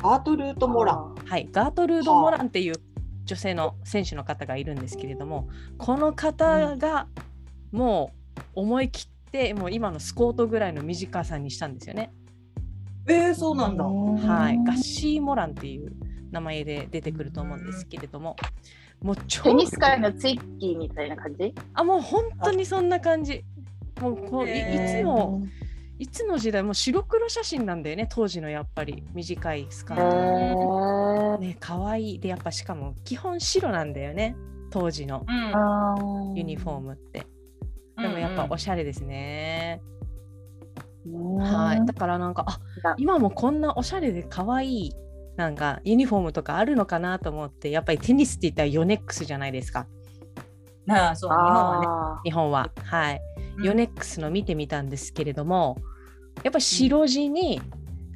アートルートモラン
ン
はい、ガートルード・モランっていう女性の選手の方がいるんですけれどもこの方がもう思い切ってもう今のスコートぐらいの短さにしたんですよね。
えー、そうなんだ
はい、ガッシー・モランっていう名前で出てくると思うんですけれどももう超
テニス界のツイッキーみたいな感じ
あもう本当にそんな感じ。もうこういい
へー
つもいつの時代も白黒写真なんだよね当時のやっぱり短いスカ
へ
ー
ー
トね可愛いでやっぱしかも基本白なんだよね当時の
うん
あー
ユニフォームって、でもやっぱおしゃれですね、はいだからなんかあ
だ
今もこんなおしゃれで可愛いなんかユニフォームとかあるのかなと思ってやっぱりテニスって言ったらヨネックスじゃないですか
なあそう日本はね
あ
日本ははい
うん
ヨネックスの見てみたんですけれどもやっぱり白地に、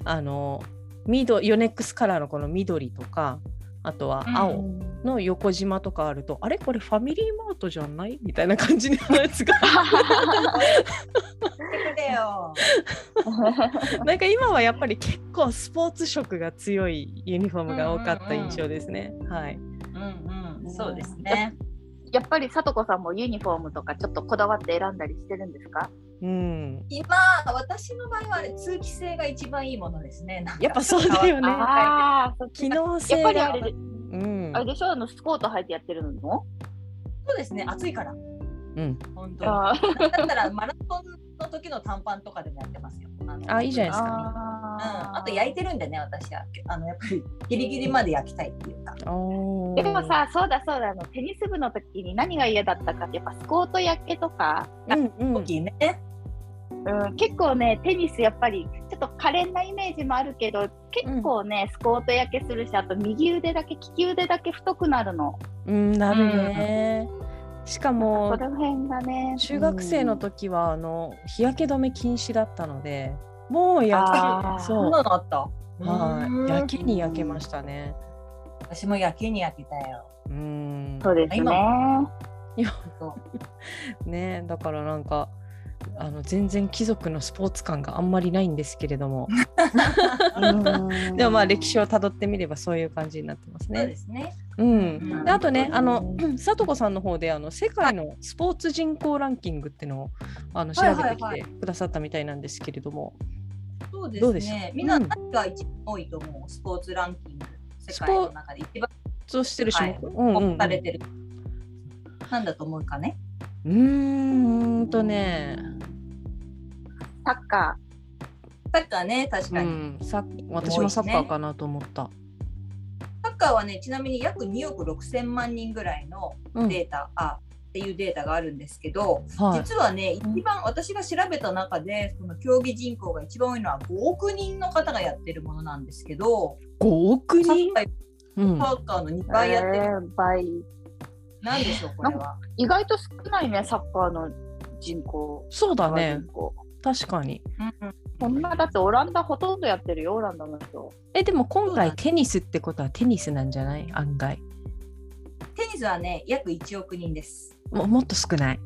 あの緑ヨネックスカラーのこの緑とかあとは青の横縞とかあると、あれこれファミリーマートじゃないみたいな感じのやつが
てくれよ。
なんか今はやっぱり結構スポーツ色が強いユニフォームが多かった印象ですね。はい、
うんうん、そうですね。
やっぱりさとこさんもユニフォームとかちょっとこだわって選んだりしてるんですか
うん、
今私の場合はあれ通気性が一番いいものですね。なんか
やっぱそうだよね
ああそっ
機
ちやっ
能性が
ぱりあれで
うん
あれでしょあのスコート履いてやってるの
そうですね。暑いから。
うん、
本当に。
あー
だったらマラソンの時の短パンとかでもやってますよ。の
あいいじゃないですか
うん、
あー
あと焼いてるんでね私はあのやっぱりギリギリまで焼きたいっていうか
お
でもさそうだそうだあのテニス部の時に何が嫌だったかってやっぱスコート焼けとか、
うんうん、
時ね、
うん、結構ねテニスやっぱりちょっと可憐なイメージもあるけど結構ね、スコート焼けするしあと右腕だけ利き腕だけ太くなるの
うん、なるね、しか
そ
も
の辺がね
中学生の時はあの日焼け止め禁止だったのでもうや
あー
け
そ
そ
ん
う
なのあった
はいやけに焼けま
し
したね
た私も焼けに焼けたよ
うん
そうですね
ねだからなんかあの全然貴族のスポーツ感があんまりないんですけれども
うん
でもまあ歴史をたどってみればそういう感じになってます
そうで
ね。
すね
うん、であとね
うん
あの うんさとこさんの方であの世界のスポーツ人口ランキングっていうのをあの調
はい
べ
はい
てき
は
てくださったみたいなんですけれども、
そうで
どう
す
でし
ね
た
みんな
うん
何が一番多いと思う、スポーツランキング世界の中で一番
そうしてる種目、
は
うんうんう
され
ん
てる、なんだと思うかね
うーんとね、
サッカ
サッカーね確
う
かに、
ん、さ私もサッカーかなと思った。
サッカーはねちなみに約2億6千万人ぐらいの
うん
データ、あっていうデータがあるんですけど、
はい、
実はね、一番私が調べた中で、その競技人口が一番多いのは5億人の方がやってるものなんですけど、
5億
サ
人
ッ、カー
うん
サッカーの2
ー
倍やってる。
えー倍
なんでしょう、これは。
意外と少ないねサッカーの人口
そうだね
人口
確かに。
こんなだってオランダほとんどやってるよオランダの人
えでも今
そうだ
回
ね
テニスってことはテニスなんじゃない案外
テニスはね、約1億人です。
ももっと少ない。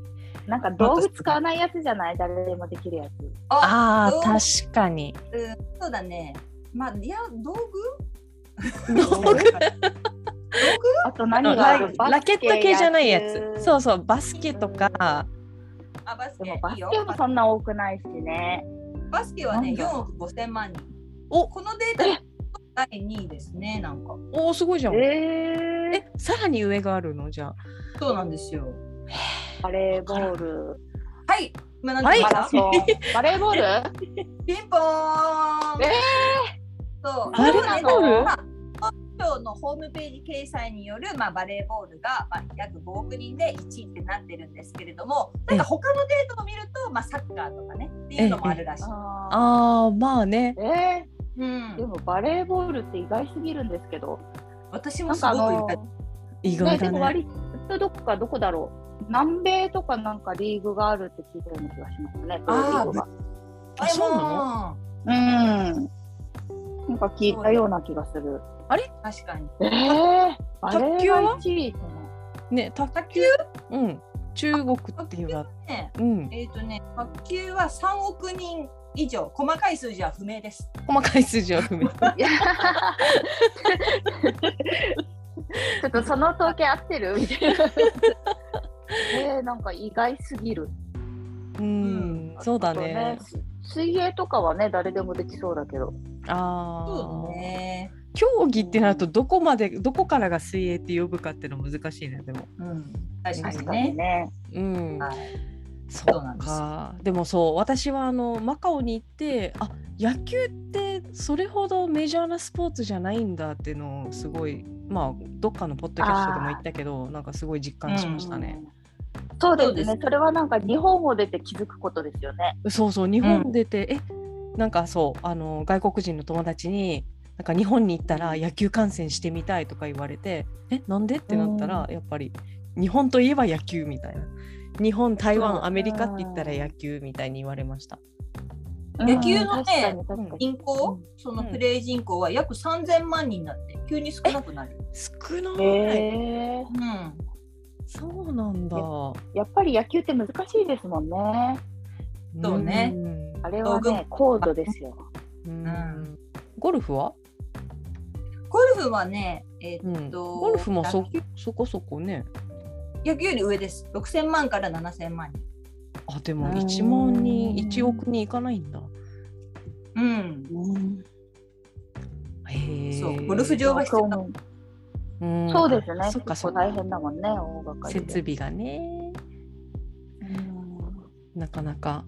なんか道具使わないやつじゃない誰でもできるやつ
あ、
あ
どう
あー確かに。
うん、そうだね。まあ、いや、道具
道具
あと何
あ
がある
ララケット系じゃないやつ。そううそうバスケとか。
あ、バス
で
ケ
もバ
い
ス
いよ。
ケもそんな多くないしね。
バスケは
な
ね、
んだ
4億5千万人。
お
このデータの第2位ですね、なんか。
おおすごいじゃん。え
えー、
さらに上があるのじゃあ。
そうなんですよ。
バレーボール、
はい、今何
はい
て言
マ
い
ラ
ました
ソン、バレーボール？
ピンポーン
え
そう、
バレーボール
まあ東京のホームページ掲載による、まあ、バレーボールが、まあ、約5億人で1位ってなってるんですけれども、なんか他のデータを見ると、まあ、サッカーとかね、っていうのもあるらしい。
あ
ああまあね。
ーえ
う
ー、で
ん、
もバレーボールって意外すぎるんですけど、
私も
なん
す
かあ
ごく
の、
意
ね
外
で
だ
も
ね。
割とどこかどこだろう、南米とかなんかリーグがあるって聞いたような気がしますね。プロリーグが
あそうなの
の
うん。なんか聞いたような気がする。
確かに。
えー、バ
卓
レー
球は
が1位ってな
ね卓
卓球
うん中国っていうのは
ね、
うん
えっ、とね、卓球は3億人以上、細かい数字は不明です。
細かい数字を含めて。
いや ちょっとその統計合ってるみたいな。 えー、なんか意外すぎる。
うんそうだね
あ。とねす水泳とかはね、誰でもできそうだけど。
あ
そう
あ、
だね。
競技ってなるとどこまでどこからが水泳って呼ぶかっていうの難しいねでも。
うん、確か
確
に
かに
ね。
ね。
うん
はい
そ
そうなん
う
です
かでもそう私はあのマカオに行ってあ野球ってそれほどメジャーなスポーツじゃないんだっていうのをすごいまあどっかのポッドキャストでも言ったけどなんかすごい実感しましたね。
うんそうですね
そうです
それはなんか日本を出て気づくことですよね。
そうそう日本出て、えなんかそうあの外国人の友達になんか日本に行ったら野球観戦してみたいとか言われてえなんでってなったら、やっぱり日本といえば野球みたいな日本台
そう
湾アメリカって言ったら野球みたいに言われました
野球のね
確かに確かに
人口、そのプレイ人口は約3000万人になって急に少なくなる。
少ない、
へー
うん
そうなんだ。
やっぱり野球って難しいですもんね。
そうね
ん
あれは
道具
ね、高度ですよ。
うん
ん
ゴルフは、
ゴルフはね、え
う
ーっ
ん、
と、
ゴルフもそ
野球
そこそこね。
野球より上です。6000万から7000万人。
あでも
うん
1万人1億人いかないんだ。
うん。
へえ。
そうゴルフ場は必要だ
うん
そうですね。
そっか
結
そ
構
っか
大。変だもんね、大掛かりで。
設備がね
うん
なかなか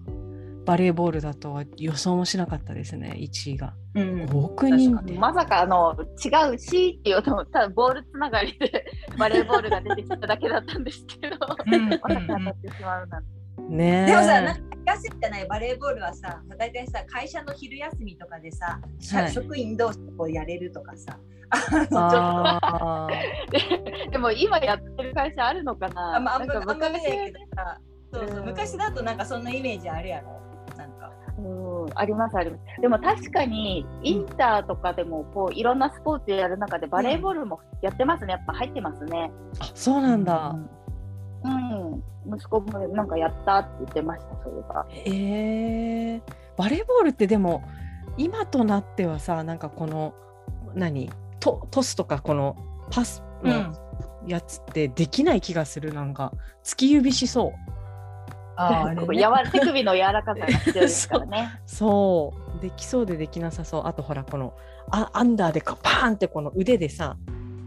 バレーボールだとは予想もしなかったですね1位が。
うん
5億人って。
まさかあの違うしっていうと多分ボールつながりで バレーボールが出てきただけだったんですけどま
うんうん
さか 当 たってしまうなんて
ねえ
でもさ、なんか休みじゃないバレーボールはさ、大体さ、会社の昼休みとかでさ、社
はい
職員同士でこうやれるとかさ、
あー
でも今やってる会社あるのかな
あんまあんま
な
あ
ん
ん
か
ま見な
昔
いけどさ、そうそうう、
ん
昔だとなんかそんなイメージあるやろ。なんか。
うんありますありますでも確かにインターとかでもこういろんなスポーツやる中でバレーボールもやってますねやっぱ入ってますね
あそうなんだ。
うん息子もなんかやったって言ってましたそういえば
えー、バレーボールってでも今となってはさなんかこの何トトスとかこのパス
うん。
のやつってできない気がするなんか突き指しそう
あーあれ
こう
ね
柔ら手首の柔らかさが必要ですからね
そうできそうでできなさそうあとほらこのあアンダーでこうパーンってこの腕でさ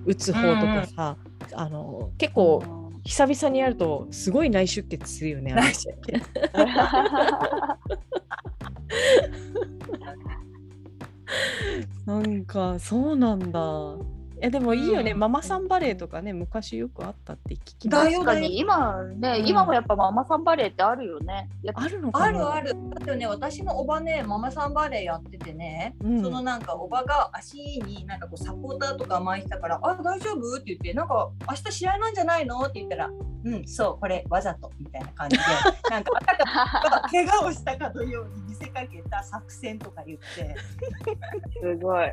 打つ方とかさ、あの結構
うん
久々にやるとすごい内出血するよねあれ
内出血
なんかそうなんだえでもいいよね、
うん
ママさんバレーとかね昔よくあったって聞きま
だ
す
よ
確かに今ね、
うん
今もやっぱママさんバレーってあるよね。やっ
あるのかな
あるある。だってね、私のおばね、ママさんバレーやっててね、
うん
そのなんかおばが足になんかこうサポーターとか巻いてたから、あ、大丈夫って言って、なんか明日試合なんじゃないのって言ったら、うん、そう、これわざとみたいな感じで、なんかあたかも怪我をしたかのように見せかけた作戦とか言って、
すごい。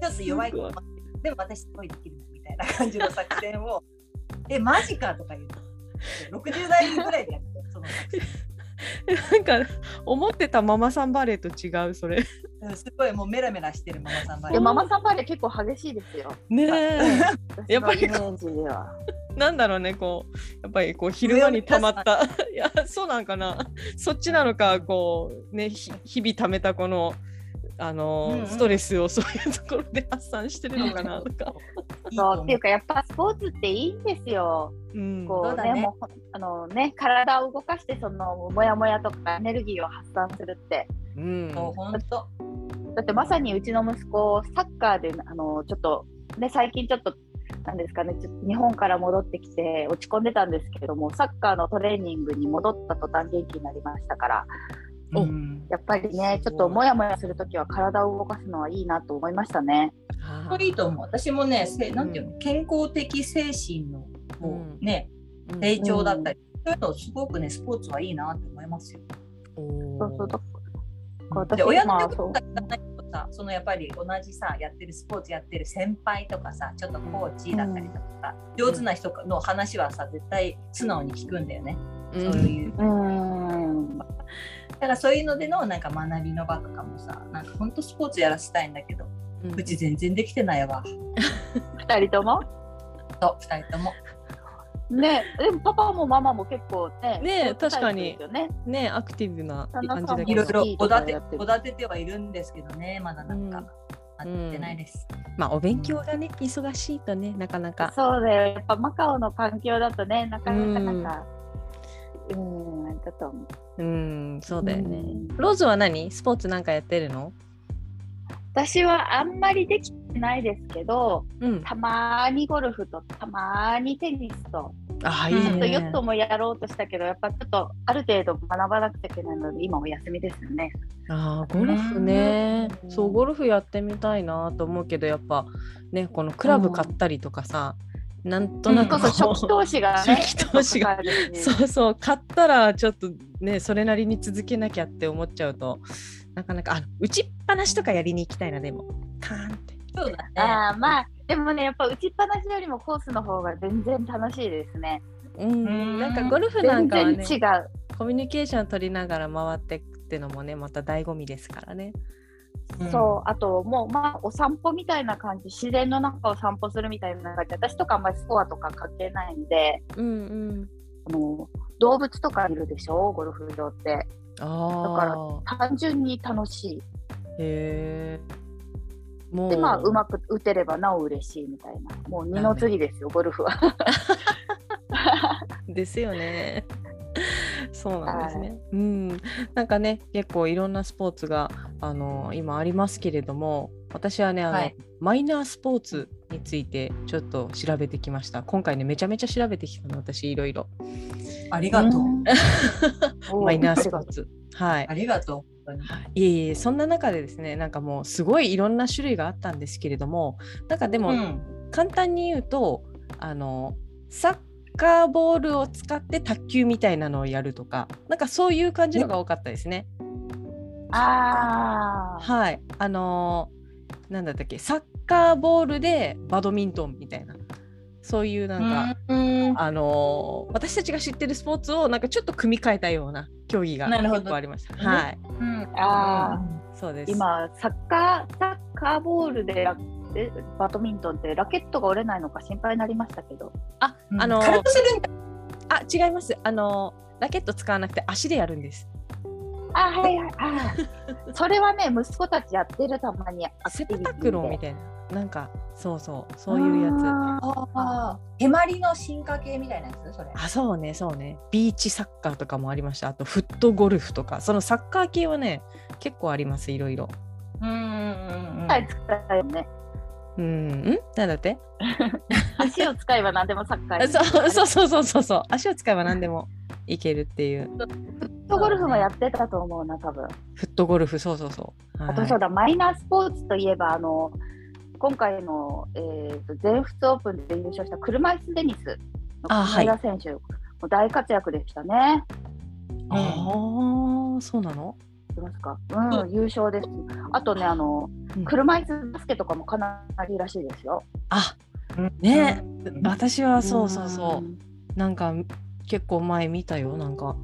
ちょっと弱いこともあってでも私すごいできるみたいな感じの作戦を、 え、マジかとか言って、60代ぐらいでやってたその作戦
なんか思ってたママさんバレーと違うそれ
うんすごいもうメラメラしてるママさんバレ
で
ー。
ママさんバレー結構激しいですよ。
ねえやっぱり
私のイメージでは。
なんだろうねこうやっぱりこう昼間に溜まった いやそうなんかなそっちなのかこうねひ日々溜めたこのあのー
うんうん
ストレスをそういうところで発散してるのかなとか、
いいと
そう
思
っていうかやっぱスポーツっていいんですよ。
うん、
こ
そう
う
だ
ね
ね
もうあのね体を動かしてそのモヤモヤとかエネルギーを発散するって。
うん
そう本当。
だってまさにうちの息子サッカーであのちょっとね最近ちょっとなんですかねちょっと日本から戻ってきて落ち込んでたんですけどもサッカーのトレーニングに戻った途端元気になりましたから
お
うん
やっぱりね
すご
ち
い
ょっとモヤモヤするときは体を動かすのはいいなと思いましたね。
あ
これいいと思う。私もね、せなんていう
う
の、健康的精神のこう
うん
ね
ーうん
成長だったり、そういうのすごくねスポーツはいいなって思いますよ。
おー
そうそうと私
で親の
今
言うことは聞かないけどさ、そのやっぱり同じさやってるスポーツやってる先輩とかさ、ちょっとコーチだったりとかさ、上手な人の話はさ絶対素直に聞くんだよね。
うん
そういう。
そううーん
だからそういうのでのなんか学びの場とかもさ、なんか本当スポーツやらせたいんだけど、
うん
うち全然できてないわ。
二人とも
と二人とも。
ねでもパパもママも結構ね
ね
スポーツタイプですよね
ねアクティブな感じだけど
いろいろおだて
いいとこやってる
おだててはいるんですけどね、まだなんか、あ
うん
ってないです。
まあお勉強がね忙しいとねなかなか
そうだよやっぱマカオの環境だとねなかなかなんかうんんだと思う
うんそうだよね、
うん
ローズは何スポーツなんかやってるの
私はあんまりできてないですけど
うん
たまーにゴルフとたまーにテニスと
ああい
ち
い
ょ
ね
っとヨットもやろうとしたけどやっぱちょっとある程度学ばなくちゃいけないので今お休みですね。
あーゴルフね、
うん
そうゴルフやってみたいなと思うけどやっぱねこのクラブ買ったりとかさ、なんとな
こ
く
そ
こう
初期 投資がね
初期投資が
ちょっとかかるし
そうそう買ったらちょっとねそれなりに続けなきゃって思っちゃうとなかなかあ打ちっぱなしとかやりに行きたいなでもカーンって
そうだね。
ああまあでもねやっぱ打ちっぱなしよりもコースの方が全然楽しいですね。
うん
ん
なんかゴルフなん
全
かは
然
ね
違う。
コミュニケーション取りながら回ってくってのもねまた醍醐味ですからね
そうあともうまあお散歩みたいな感じ自然の中を散歩するみたいな感じ私とかあんまりスコアとか関係ないんで
うんうん
あの動物とかいるでしょゴルフ場って
ああ
単純に楽しい
へえも
でまあうまく打てればなお嬉しいみたいなもう二の次ですよゴルフは。
ですよね。 そうなんですね。うん、なんかね、結構いろんなスポーツが、あの、今ありますけれども。私はね、あの、
はい
マイナースポーツについて、ちょっと調べてきました。今回ね、めちゃめちゃ調べてきたの、私いろいろ。
ありがとう。
うん
マイナースポーツ。はい
あ。りがとう。
いえいえ、そんな中でですね、なんかもう、すごいいろんな種類があったんですけれども。なんかでも、
うん。
簡単に言うと、あの、サッカーボールを使って卓球みたいなのをやるとか、なんかそういう感じのが多かったですね。
あー
はい、あのーなんだったっけ、サッカーボールでバドミントンみたいな、そういうなんか、
うん
あのー私たちが知ってるスポーツをなんかちょっと組み替えたような競技が
なるほど
結構ありました。はい、
あー
そうです。
今サッカーサッカーボールでラえバドミントンってラケットが折れないのか心配になりましたけど
あ、
うん
あのー
軽くするんだ。
あ、違います。あのーラケット使わなくて足でやるんです。
あはいはいあーそれはね息子たちやってるたまにア
セ
クティ
パタ
ビティで
クローみたいな、なんか、そうそう、そういうやつ。あ
あー
ああ。手まりの進化系みたいなやつそれ。
そうねそうねビーチサッカーとかもありましたあとフットゴルフとかそのサッカー系はね結構ありますいろいろ
うんうんうん
足を使えばね
うんんなんだって
足を使えば何でもサッカ ー
あ
に
そうそうそうそうそうそう足を使えば何でもいけるっていう
フットゴルフもやってたと思うな多分、
フットゴルフそうそうそう、はい
あとそうだマイナースポーツといえばあの今回の、えー、と全仏オープンで優勝した車椅子テニスの
あはい
国枝選手、もう大活躍でしたね。
ああそうなの
知ってますか。うん、優勝です。あとね、あの、
うん
車椅子バスケとかもかなりらしいですよ。
あ
うん
ね、私はそうそうそう
うん。
なんか結構前見たよなんか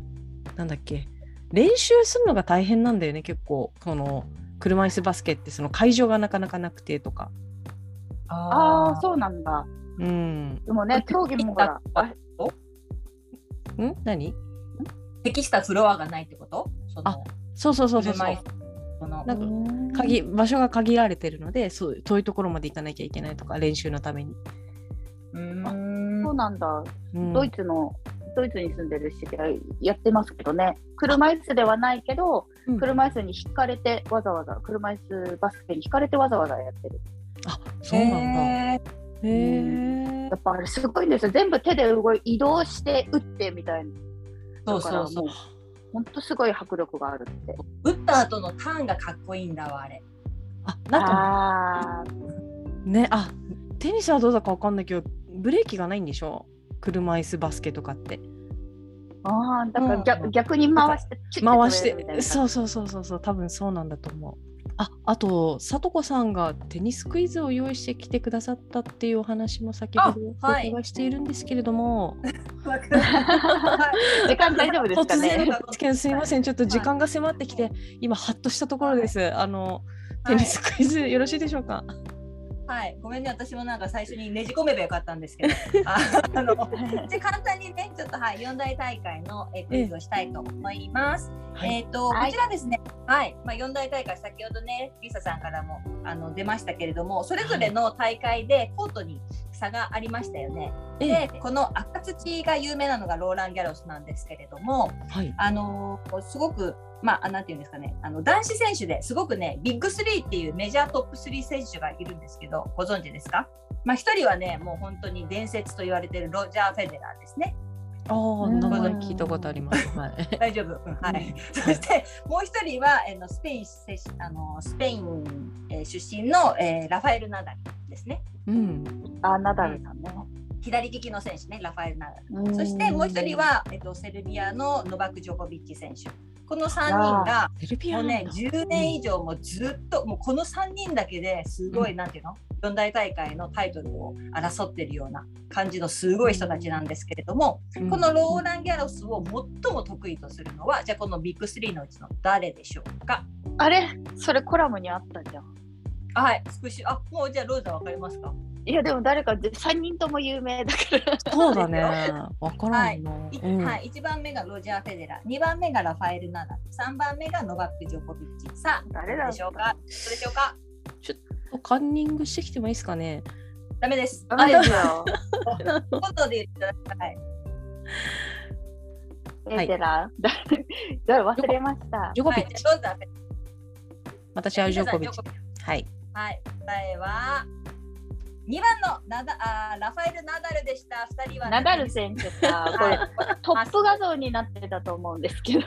なんだっけ練習するのが大変なんだよね結構この車椅子バスケってその会場がなかなかなくてとか
あ
あ
あ、そうなんだ。
うん
でもね、競技もほら、あ
ん何
う。適したフロアがないってこと？その
あそうそうそうそう
車
そ
椅
う
子この
なんか鍵場所が限られてるのでそう遠いところまで行かなきゃいけないとか練習のために、
うん
そうなんだ。
うん
ドイツの、ドイツに住んでるし、やってますけどね。車椅子ではないけど、
うん
車椅子に引かれて、わざわざ車椅子バスケに引かれて、わざわざやってる。
あそうなんだ
へ
へえ
ー
やっぱあれすごいんですよ。全部手で動い、移動して打ってみたいな。
そうそうそう。
本当すごい迫力があるって。
打った後のターンがかっこいいんだ わあれ。
あなんか
ああー、
ねあテニスはどうだかわかんないけどブレーキがないんでしょ車椅子バスケとかって
ああ、だから逆,、
うん
逆に回して、チュッ
回し
止めるみたい
て
な
そうそうそうそうそう多分そうなんだと思うああとさとこさんがテニスクイズを用意してきてくださったっていうお話も先ほどお
あはい
伺いしているんですけれども、
わかるはい
時間大丈夫です
突
か
然
ね。
ですけどすいませんちょっと時間が迫ってきて今ハッとしたところですあのテニスクイズよろしいでしょうか
はい、ごめんね、私もなんか最初にねじ込めばよかったんですけど、ああの、じゃあ簡単にね、ちょっとはい、四大大会のえクイズをしたいと思います。
はい
えっ、と、
はい
こちらですね、はい、まあ四大大会先ほどね、リサさんからもあの出ましたけれども、それぞれの大会でコートに差がありましたよね。
ええ
で、この赤土が有名なのがローランギャロスなんですけれども、
はい
あのすごく、まあ、なんていうんですかね、あの男子選手ですごくね、ビッグスリーっていうメジャートップ3選手がいるんですけど、ご存知ですか、まあ、一人はね、もう本当に伝説と言われてるロジャー・フェデラーですね。
ああ
うん
名前聞いたことありますはい
大丈夫、うんはい、 そしてもう一人は、えーのスペイン選手あのスペイン、えー出身の、えーラファエル・ナダルですね。
うん
あ、ナダルさんね。
左利きの選手ね、ラファエル・ナダル。そしてもう一人は、えっと、セルビアのノバク・ジョコビッチ選手。この3人が
セルビ
も
ア
う
なん
ね
だ
10年以上もうずっともうこの3人だけですごい、なんていうの四大大会のタイトルを争ってるような感じのすごい人たちなんですけれども、
うん
このローラン・ギャロスを最も得意とするのはじゃあこのビッグ3のうちの誰でしょうか
あれそれコラムにあったじゃん。
はい復習あもうじゃあローザわかりますか
いやでも誰か3人とも有名だから。
そうだね。わからんな。
い
うん
はい、1番目がロジャー・フェデラー、2番目がラファエル・ナダル、3番目がノバック・ジョコビッチ。さあ、
誰
ど
だ
うでしょうかどうでしょうか
カンニングしてきてもいいですかね。
ダメです。
あれだよ。
ことで言ってください。
エーテラー。誰忘れました。
ジョコ
は
ビ
い
ッ、チ。
じゃあローザー・フェデ
私
ラ
は
ー。
ジョコビッ
皆さ
チ
ん。
はい。
はい、答えは2番のナダあーラファエル・ナダルでした。2人は
ナダル
選
選手か、
手。
こ
はい
れ、トップ画像になってたと思うんですけど。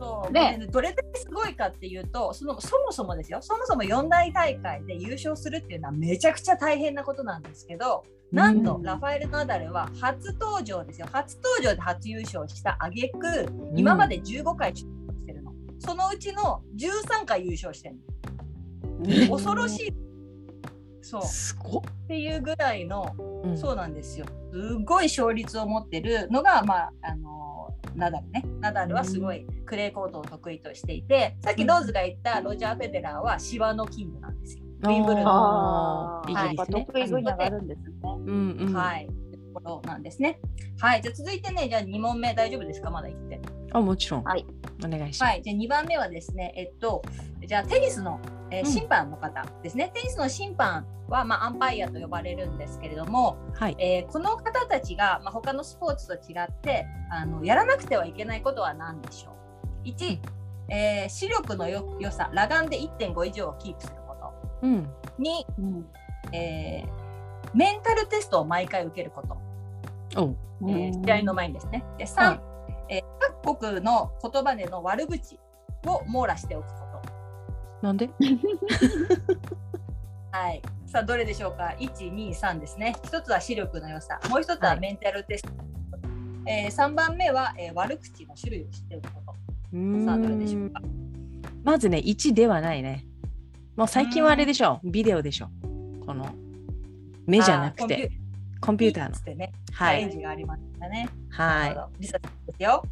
そう
ね
でどれだけすごいかっていうとそのそもそもですよそもそも四大大会で優勝するっていうのはめちゃくちゃ大変なことなんですけどなんと
うん
ラファエル・ナダルは初登場ですよ初登場で初優勝した挙句今まで15回出場してるの、そのうちの13回優勝してる
え
の恐ろしいそう
うん。
っ
すごっ。
ていうぐらいの
うん
そうなんですよ。すごい勝率を持ってるのが、まあ、あのナダルね。ナダルはすごいクレーコートを得意としていて、さっきローズが言ったロジャー・フェデラーは芝のキングなんですよ。ウィンブルドン。は
あー
あー
イギリスね
やっぱ得意分野があるんですね。
うんうん。
い。ところなんですね。はい。じゃあ続いてね、じゃあ2問目大丈夫ですかまだ生きて。
あもちろん。
はい。
お願いします。
はい。じゃあ2番目はですね、えっと、じゃあテニスの、えー
うん
審判の方ですね。テニスの審判は、まあ、アンパイアと呼ばれるんですけれども、
はい。
えーこの方たちが、まあ、他のスポーツと違ってあのやらなくてはいけないことは何でしょう ?1、えー視力のよ良さ裸眼で1.5以上をキープすること
うん。
2、
うん
えーメンタルテストを毎回受けること、
おう。
えー試合の前にですねで3、えー各国の言葉での悪口を網羅しておくこと、
なんで？
はい、さあどれでしょうか123ですね一つは視力の良さもう一つはメンタルテスト、え3番目は、えー悪口の種類を知っておくこと
うーん
さあどれでしょうか
まずね1ではないね。もう最近はあれでしょ。ビデオでしょ。この目じゃなくてコン
コ
ピューターの
つ。ってね、
は
チャレン
い
ジがありましたね。なる
は
ほどリサさんですよ。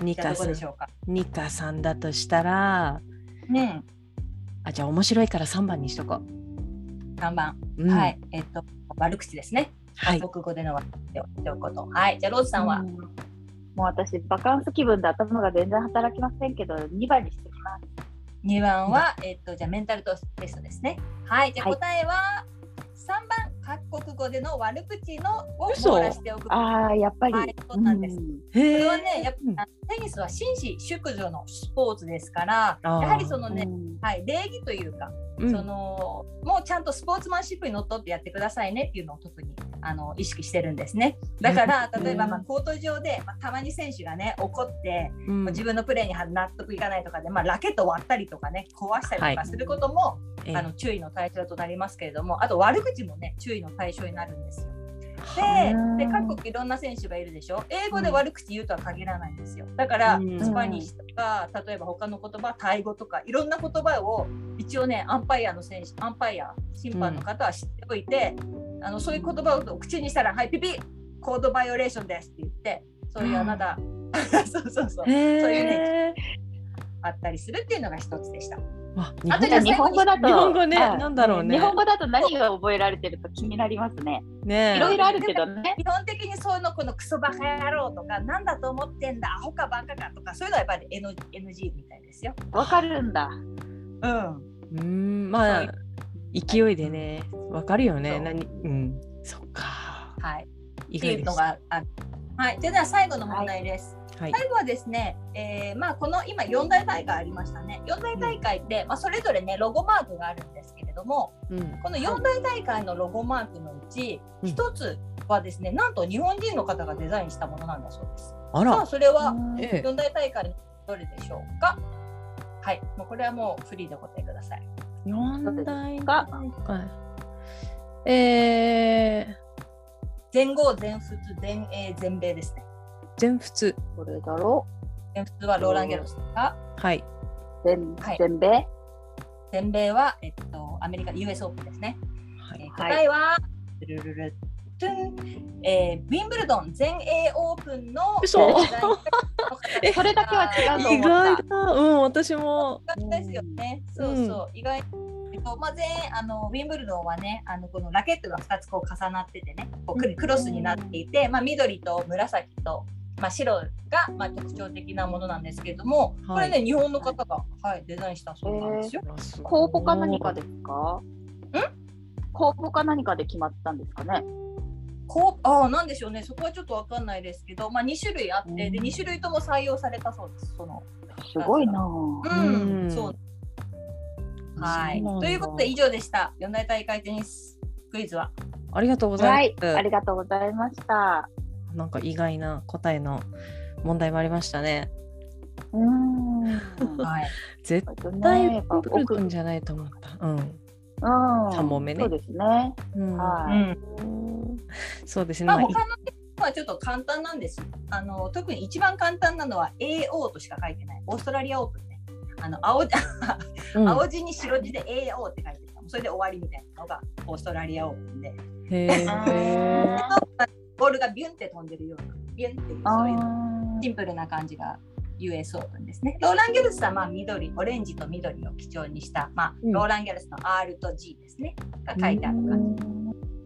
い。ニ
じゃあ
カ
ど
さ
こ
ん
でしょうか。
ニカさんだとしたら
うん。
あじゃあ面白いから3番にしとこ
三番、
う。うん
はい。えっと悪口ですね。
はい。
国語での悪口を知っておくこと。はい。じゃあローズさんは、
うんもう私、バカンス気分で頭が全然働きませんけど、2番にしてきます。
二番は、えっとじゃあメンタルテストですね。はい。じゃあ
はい
答えは三番各国語での悪口のを
嘘
網羅しておくこと。
ああ、やっぱり。
はいそうなんです
うん
こ
へ
れ
え
はね、やっぱあのテニスは紳士淑女のスポーツですから、や
あー
はりそのね、
うん
はい、礼儀というか、
うん
そのもうちゃんとスポーツマンシップにのっとってやってくださいねっていうのを特にあの意識してるんですね。だから
うん
例えば、まあ、コート上で、まあ、たまに選手がね怒って、
うん
自分のプレーには納得いかないとかで、まあ、ラケット割ったりとかね壊したりとかすることも、
ええ
あの注意の対象となりますけれどもあと悪口もね注意の対象になるんですよ。
うん
でで各国いろんな選手がいるでしょ英語で悪口言うとは限らないんですよだから、
うん
スパニッシュとか例えば他の言葉タイ語とかいろんな言葉を一応ねアンパイアの選手アンパイア審判の方は知っておいて、あのそういう言葉を口にしたら「はいピピコードバイオレーションです」って言ってそういうあなた、 そうそうそう
へ
そういう
え。
あったりするっていうのが一つでした。
わ
あと
日
じゃあ
本
日本語だと。
日本語ね
あ
なんだろうね
日本語だと何が覚えられてるか気になりますね。
ね
いろいろあるけどね。
基本的にそういうのこのクソバカ野郎とかなんだと思ってんだアホかバカかとかそういうのはやっぱり NG, NG みたいですよ。
わかるんだ。
うん。
うーんま
は
あ
い
勢いでねわかるよ
そ
ね
う
何うんそっか
はい。
意
ってい
外で
うの
すは
がある。はい。じゃあでは最後の問題です。
い
最後はですね、えーまあ、この今四大大会ありましたね四大大会って、まあ、それぞれねロゴマークがあるんですけれども
うん
この四大大会のロゴマークのうち
うん
一つはですね、なんと日本人の方がデザインしたものなんだそうです。
あ
さあ
ら
それは
うん
ええ
四大大会のどれでしょうかはいもうこれはもうフリーでお答えください。
四大
か
ええー
全豪全仏全英全米ですね。
全仏
これだろ
全仏はローラン・ゲロスとか、
はい。
全
はい
全米
全米は、えっと、アメリカ、US オープンですね。
は
えー
い。
答えは、ルルルルトゥンえーウィンブルドン全英オープンの
嘘
世代の方 でした
それだけは違うと
意
思った
外だ。うん、私も。
意外ですよね。そうそう、意外。えっとまあ、全あのウィンブルドンはねあのこのラケットが2つこう重なっててねこうク
うん
クロスになっていて、まあ、緑と紫と、まあ、白が、まあ、特徴的なものなんですけれども、
はい
これね日本の方が、はい、デザインしたそうなんですよ。
公募か何かですか公募か何かで決まったんですかね
こうああなんでしょうねそこはちょっと分かんないですけど、まあ、2種類あって、
うん
で2種類とも採用されたそうですその
すごいなぁ
うん、
うん
そう。はい。
そうなん
と
だ
いうことで以上でした。四大大会テニスクイズは。
ありがとうござ
はいい、
ます。
ありがとうございました。
なんか意外な答えの問題もありましたね。
うーん。
はい。
絶
えっと
対
ね、やっぱ
来る
奥、
んじゃないと思った。うん。
うん、
三問目ね
そうですね。
うん
は
うん。
そうですね。
まあ
まあい
他のテニスはちょっと簡単なんですよ。あの特に一番簡単なのは AO としか書いてない。オーストラリアオープンね。あの青
うん
青字に白字で AO って書いてた。それで終わりみたいなのがオーストラリアオープンで、
へー
ボールがビュンって飛んでるようなビュンっていう
あ
そういうシンプルな感じが US オープンですね。ローラン・ギャルスはまあ緑、オレンジと緑を基調にした、まあ、
うん
ローラン・ギャルスの R と G ですね。が書いてある感じ。
ー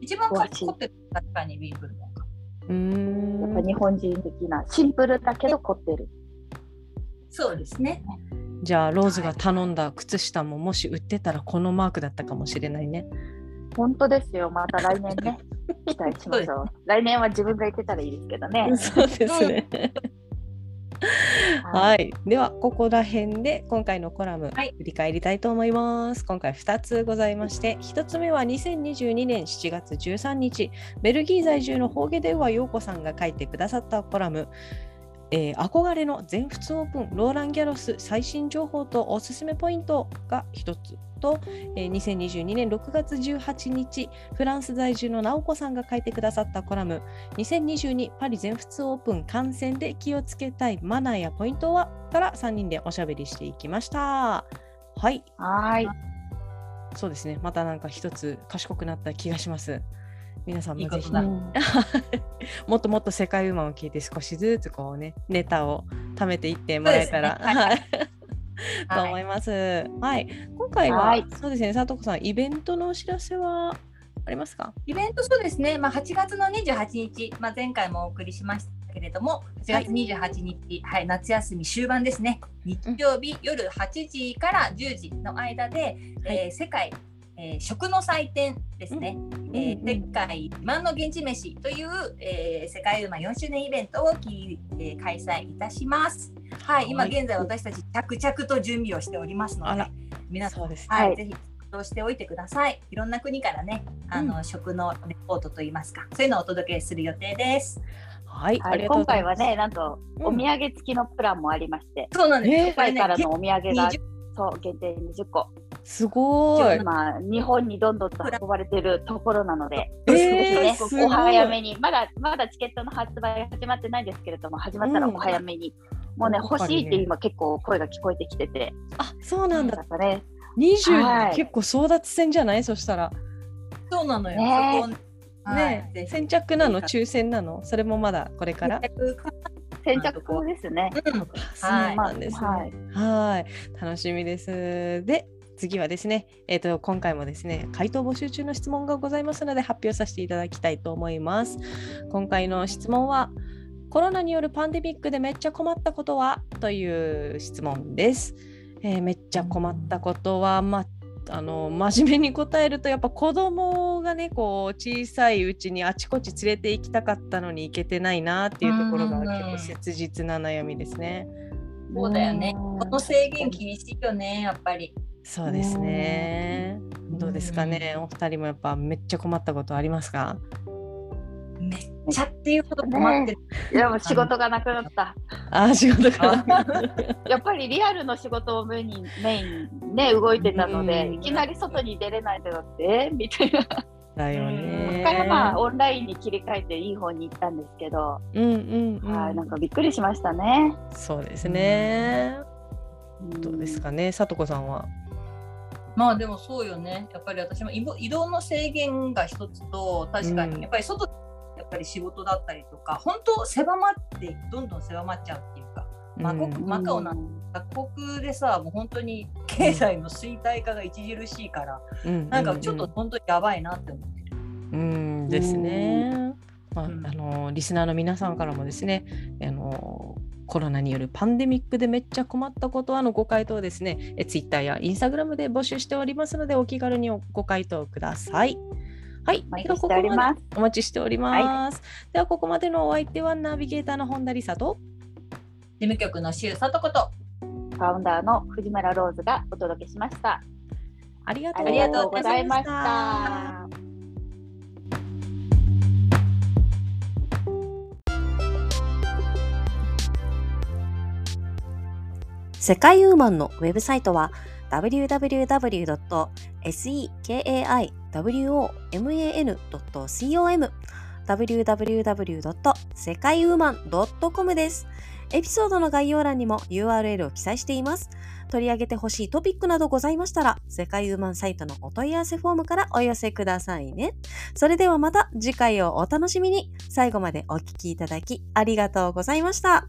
一番かっ
詳しい
こってるのは確かにウィンブルドンか。
うーん
やっぱ日本人的なシンプルだけど凝ってる。
そうですね。
じゃあローズが頼んだ靴下ももし売ってたらこのマークだったかもしれないね。
本当ですよ。また来年 ね、期待しましょう。来年は自分が行けたらいいですけどね。
そうですね。はい、ではここら辺で今回のコラム
はい
振り返りたいと思います。今回2つございまして、1つ目は2022年7月13日、ベルギー在住の方言では陽子さんが書いてくださったコラム。えー憧れの全仏オープンローラン・ギャロス最新情報とおすすめポイントが1つと、えー2022年6月18日フランス在住の直子さんが書いてくださったコラム2022パリ全仏オープン観戦で気をつけたいマナーやポイントはから3人でおしゃべりしていきました。はい、
はい。
そうですね。またなんか一つ賢くなった気がします。皆さん
いい
も
こ
ぜ
と
ひ
だ。
もっともっと世界ウーマンを聞いて少しずつこうねネタを貯めていってもらえたら、
そうですね
は
はい
と思い ます。はい、今回は、
はい
そうですね。佐藤子さんイベントのお知らせはありますか？
イベントそうですね、まあ、8月の28日、まあ、前回もお送りしましたけれども、8月28日、はい夏休み終盤ですね、日曜日夜8時から10時の間で、
はい
えー世界、えー食の祭典ですね、えー
うんうん
世界自慢の現地飯という、えー世界馬4周年イベントをき、えー開催いたします。はい、今
はい
現在私たち着々と準備をしておりますの
あ
で
ら、
皆さん
そうですね。
はい、
はい
ぜひ活動しておいてください。いろんな国からね、あの、
う
食のレポートといいますか、そういうのをお届けする予定です。
はい、あ
は
り
い、
がとうござい
今回
ま
は
す。
ね、なんと
うん
お土産付きのプランもありまして、
そうなんです。
えー
やっぱり
海
ね
からのお土産が
20
そう限定20個。
すごい。
今日本にどんどんと運ばれてるところなので、
えー
ぜひ
すごい
ね、お早めにまだまだチケットの発売始まってないですけれども始まったら
うん
お早めに、もうね
やっぱりね
欲しいって今結構声が聞こえてきてて
あ、そうなんだ
な。んかね
二十、
はい
結構争奪戦じゃない？そしたら。
そうなのよ。
ねえ
そこを
ね、
はい、
先着なの
ぜひ
抽選なのそれもまだこれから
先着か
先着後ですね。
うん、
そうなんですね、
まあは
はい
い、
楽しみですで次はですね、えっと今回もですね回答募集中の質問がございますので発表させていただきたいと思います今回の質問はコロナによるパンデミックでめっちゃ困ったことはという質問です、えーめっちゃ困ったことはまああの真面目に答えるとやっぱ子供がねこう小さいうちにあちこち連れて行きたかったのに行けてないなっていうところが
うんうんう
結
ん
構切実な悩みですね。
そうだよね
ん
この制限厳しいよね、やっぱり。
そうですね。どうですかね、お二人もやっぱめっちゃ困ったことありますか？
めっちゃっていうほど困ってる。
いやもう仕事がなくなった。
あー仕事か。
やっぱりリアルの仕事をメインにメインにね動いてたの
う
で
ん
いきなり外に出れないとだってえみたいな
だよ
こ
ね。
こからまあオンラインに切り替えていい方に行ったんですけど、
うんうん、うん
はい、なんかびっくりしましたね。
そうですね。
ん
どうですかね、さとこさんは。
まあでもそうよねやっぱり私も移動移動の制限が一つと確か
うん
にやっぱり外でやっぱり仕事だったりとか本当狭まってどんどん狭まっちゃうっていうかまあごくマカオなん
う
各国でさもう本当に経済の衰退化が著しいから、なんかちょっと本当にやばいなって思って
う
る。
んですね。まあ、あ
うん
のリスナーの皆さんからもですね、あのコロナによるパンデミックでめっちゃ困ったことあのご回答をですね、えツイッターやインスタグラムで募集しておりますのでお気軽におご回答ください。はい、
毎
では
日し
ここ
ており
まで
ます。
お待ちしております。ではここまでのお相手はナビゲーターの本田理沙と
事務局の周佐とこと
ファウンダーの藤村ローズがお届けしました。
ありがと
あ
う
りがとうございまし
ございました
た。
世界ウーマンのウェブサイトは www.sekaiwoman.com www.sekaiwoman.com です。エピソードの概要欄にも URL を記載しています。取り上げてほしいトピックなどございましたら、世界ウーマンサイトのお問い合わせフォームからお寄せくださいね。それではまた次回をお楽しみに。最後までお聞きいただきありがとうございました。